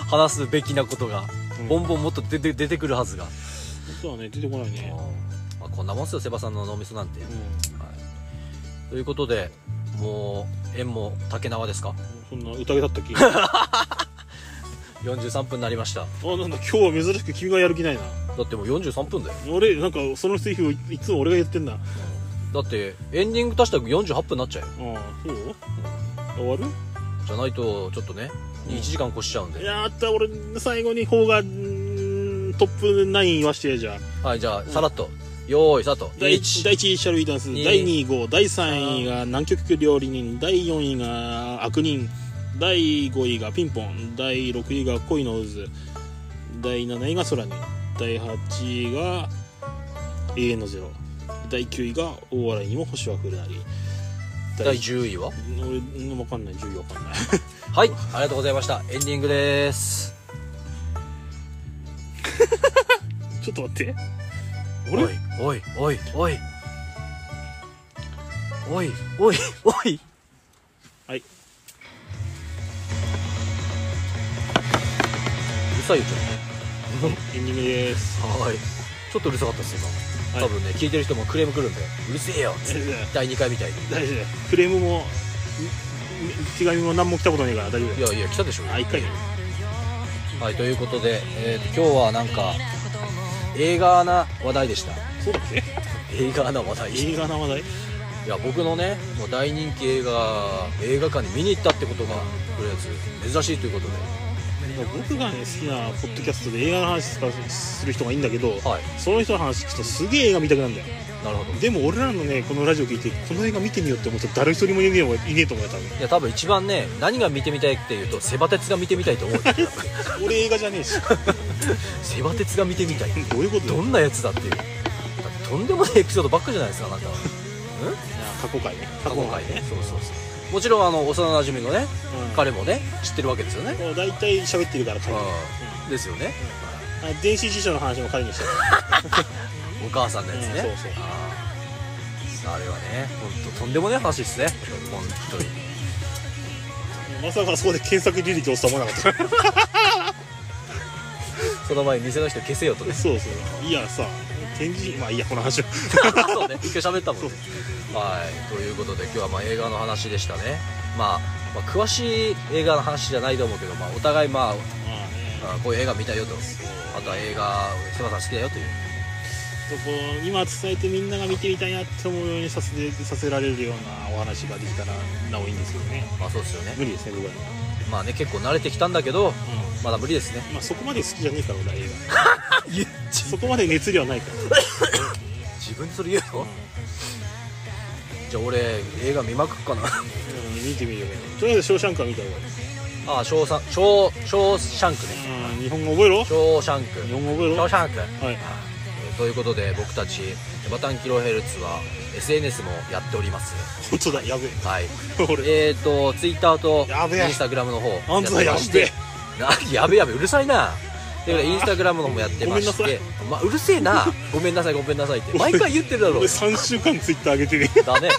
B: 話すべきなことが、
A: うん
B: ボンボンもっと出て出てくるはずが、
A: そうだね出てこないね
B: まあ、こんなもんっすよセバさんの脳みそなんて、
A: う
B: はい、
A: ん
B: ということでもう縁も竹縄ですか
A: そんな宴だったっ
B: <laughs>
A: けあ
B: 43分になりました
A: なんだ今日は珍しく君がやる気ないな
B: だってもう43分だよ
A: 俺なんかそのセリフをいいつも俺が言ってんな
B: だってエンディング足したら48分になっちゃうよ
A: ああそう終わ
B: じゃないとちょっとね
A: うん
B: 1時間越しちゃうん
A: る
B: で、
A: やった俺最後に方がうーんトップ9言わしてやじゃあ
B: はいじゃあさらっとよーいさと
A: 第1第1位シャルウィダンス
B: いい
A: 第2位号第3位が南極料理人第4位が悪人第5位がピンポン第6位が恋の渦第7位が空に第8位が永遠のゼロ第9位が大笑いにも星は降るなり
B: 第10位は
A: 俺分かんない10位分かんない <laughs>
B: はいありがとうございましたエンディングです
A: ちょっと待って
B: おい
A: 俺
B: おいおいおいおいおいおい
A: はい、
B: うるさいよちょ
A: エンディングです
B: っとはいちょっとうるさかったっす今、
A: はい
B: 多分ね聞いてる人もクレーム来るんでうるせえよ
A: 大丈夫だよ
B: 第2回みたいに
A: 大丈夫だよクレームもん手紙も何も来たことないから大丈夫
B: い
A: だよ
B: やいや来たでしょ
A: あ一回ね
B: はいということで、えー今日はなんか映画な話題でした
A: そうだっけ
B: 映画な話題
A: 映画の話題
B: いや僕のねもう大人気映画映画館に見に行ったってことがとりあえず珍しいということで
A: なんか僕がね好きなポッドキャストで映画の話とかする人がいいんだけど、
B: はい
A: その人の話聞くとすげえ映画見たくなるんだよ
B: なるほど
A: でも俺らのねこのラジオ聞いてこの映画見てみようって思ったら誰一人もいねえもんいねえと思うよ多
B: いや多分一番ね何が見てみたいっていうとセバ鉄が見てみたいと思うよ
A: 分俺映画じゃねえし <laughs>
B: セバ鉄が見てみたい
A: どういうことだ
B: ど
A: よ
B: んなやつだっていうだってとんでもないエピソードばっかじゃないですかあなたは
A: 過去回ね
B: 過去回ねそうそうそうもちろんあの幼馴染のね
A: うん
B: 彼もね知ってるわけですよね
A: もう大体喋ってるから彼
B: うんですよね
A: あ電子辞書の話も彼にしたよ
B: お母さんのやつ
A: う
B: ね
A: んそうそう
B: あーあれはね本当とんでもない話ですね本当に
A: まさかそこで検索履歴押すとは思わなかっ
B: その前に店の人消せよとね <laughs>
A: たそうそういやさ展示まあいいやこの話を
B: そうね一回喋ったもんねはいということで今日はまあ映画の話でしたね、まあ、まあ詳しい映画の話じゃないと思うけど、まあ、お互いまあ
A: まあね
B: あこういう映画見たよとあとは映画セバさん好きだよという
A: ちょっとこう今伝えてみんなが見てみたいなって思うようにさせさせられるようなお話ができたらなおいいんですけどね
B: まあそうですよね
A: 無理ですね僕らには
B: まあね結構慣れてきたんだけど
A: う
B: まだ無理 <laughs> ですね
A: んまあそこまで好きじゃねえから俺は映画
B: 言っち
A: そこまで熱量ないから
B: 自分でそれ言う
A: う
B: の
A: ん
B: じゃあ俺映画見まくっかな
A: うん見てみればいいとりあえず「ショーシャンク」は見た方がいい
B: ああショーサンショーショーシャンクね
A: うん日本語覚えろ
B: ショーシャンク
A: 日
B: シ
A: 本語覚え
B: ョ
A: ろ
B: ーシャンク
A: はい
B: えーということで僕たちエバタンキロヘルツは SNS もやっております
A: 本当だやべえ
B: はい
A: 俺
B: えっ、ー、とツイッターと
A: やべえ
B: インスタグラムの方
A: あんた
B: や
A: やって
B: っましててなやべやべうるさいなだからインスタグラムの方もやってまし
A: ごめん
B: てまあ、うるせえなごめんなさいごめんなさいって毎回言ってるだろう
A: 俺3週間ツイッター上げてね
B: だね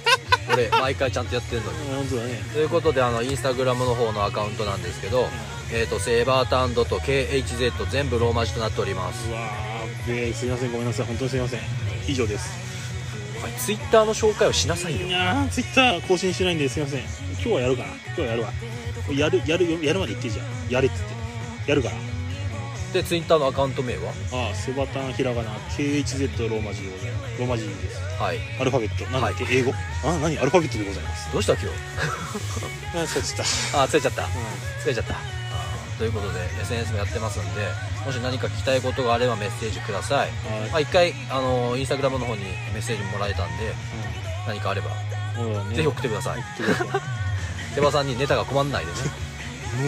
B: 俺毎回ちゃんとやってるのに
A: 本当だね
B: ということであのインスタグラムの方のアカウントなんですけど、えー、とセーバータンドと KHZ 全部ローマ字となっております
A: うわーべえすみませんごめんなさい本当にすみません以上です
B: お前ツイッターの紹介をしなさいよ
A: いやーツイッター更新してないんですみません今日はやるかな今日はやるわやるやるやるまで言っていいじゃんやれっつってやるから
B: でツイッターのアカウント名は
A: ああセバタンひらがな KHZ ローマ字でございますローマ字です
B: はい
A: アルファベットなんだっけ、英語あ何アルファベットでございます
B: どうした今日
A: あそうちった
B: <laughs> あ疲れちゃった
A: う
B: 疲れちゃったということで SNS もやってますんでもし何か聞きたいことがあればメッセージください
A: んはい
B: まあ、一回あのインスタグラムの方にメッセージもらえたんで何かあれば
A: うんそうだね
B: ぜひ送ってください
A: 送ってくださ
B: 手羽さんにネタが困んないでね、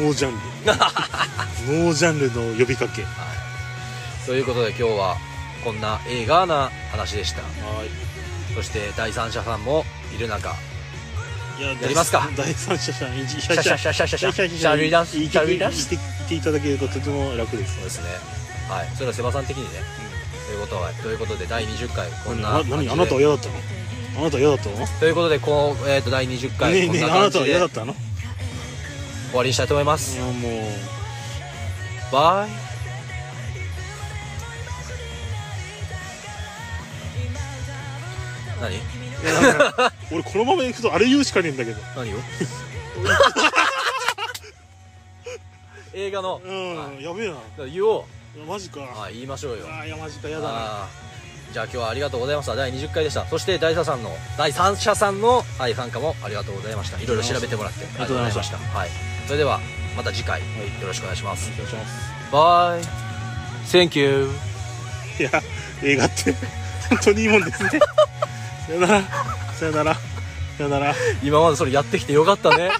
A: いノージャンルノージャンルの呼びかけは
B: はい、ということで今日はこんな映画な話でしたそして第三者さんもいる中
A: いいや
B: やりますか
A: 第三者さんいじシ
B: シャシャシャシャシャシャシャシャルイダンスシ
A: い
B: ャルイダンス
A: ていただけるととても楽です
B: そうですねはいそれはセバさん的にねということはということで第20回こんな
A: な
B: 感じで
A: 何あなたは嫌だったのあなたは嫌だったのね
B: ということでこう、えー、と第20回、
A: え
B: こ
A: ね
B: ん
A: え
B: な
A: あな
B: 感
A: た
B: じ
A: は嫌
B: で
A: だ
B: 終 <laughs>
A: ったのい
B: わりにしたいと思います
A: やもう
B: バイ何
A: いやなんか俺このままいくとあれ言うしかねえんだけど <laughs>
B: 何を映画の
A: うんやべえない
B: 言おう
A: やマジか
B: あ言いましょうよ
A: あーいやマジか嫌だな
B: あーじゃあ今日はありがとうございました第20回でしたそして第三者さんの第三者さんの、はい、参加もありがとうございましたいろいろ調べてもらってあり
A: がとうございました
B: がとうございましたはい、それではまた次回、
A: い
B: よろしくお願いします
A: お願いします
B: バイ Thank <laughs> you
A: いや、映画って本当にいいもん
B: <laughs>
A: ですね。さよなら、さよなら、さよなら。
B: 今までそれやってきてよかったね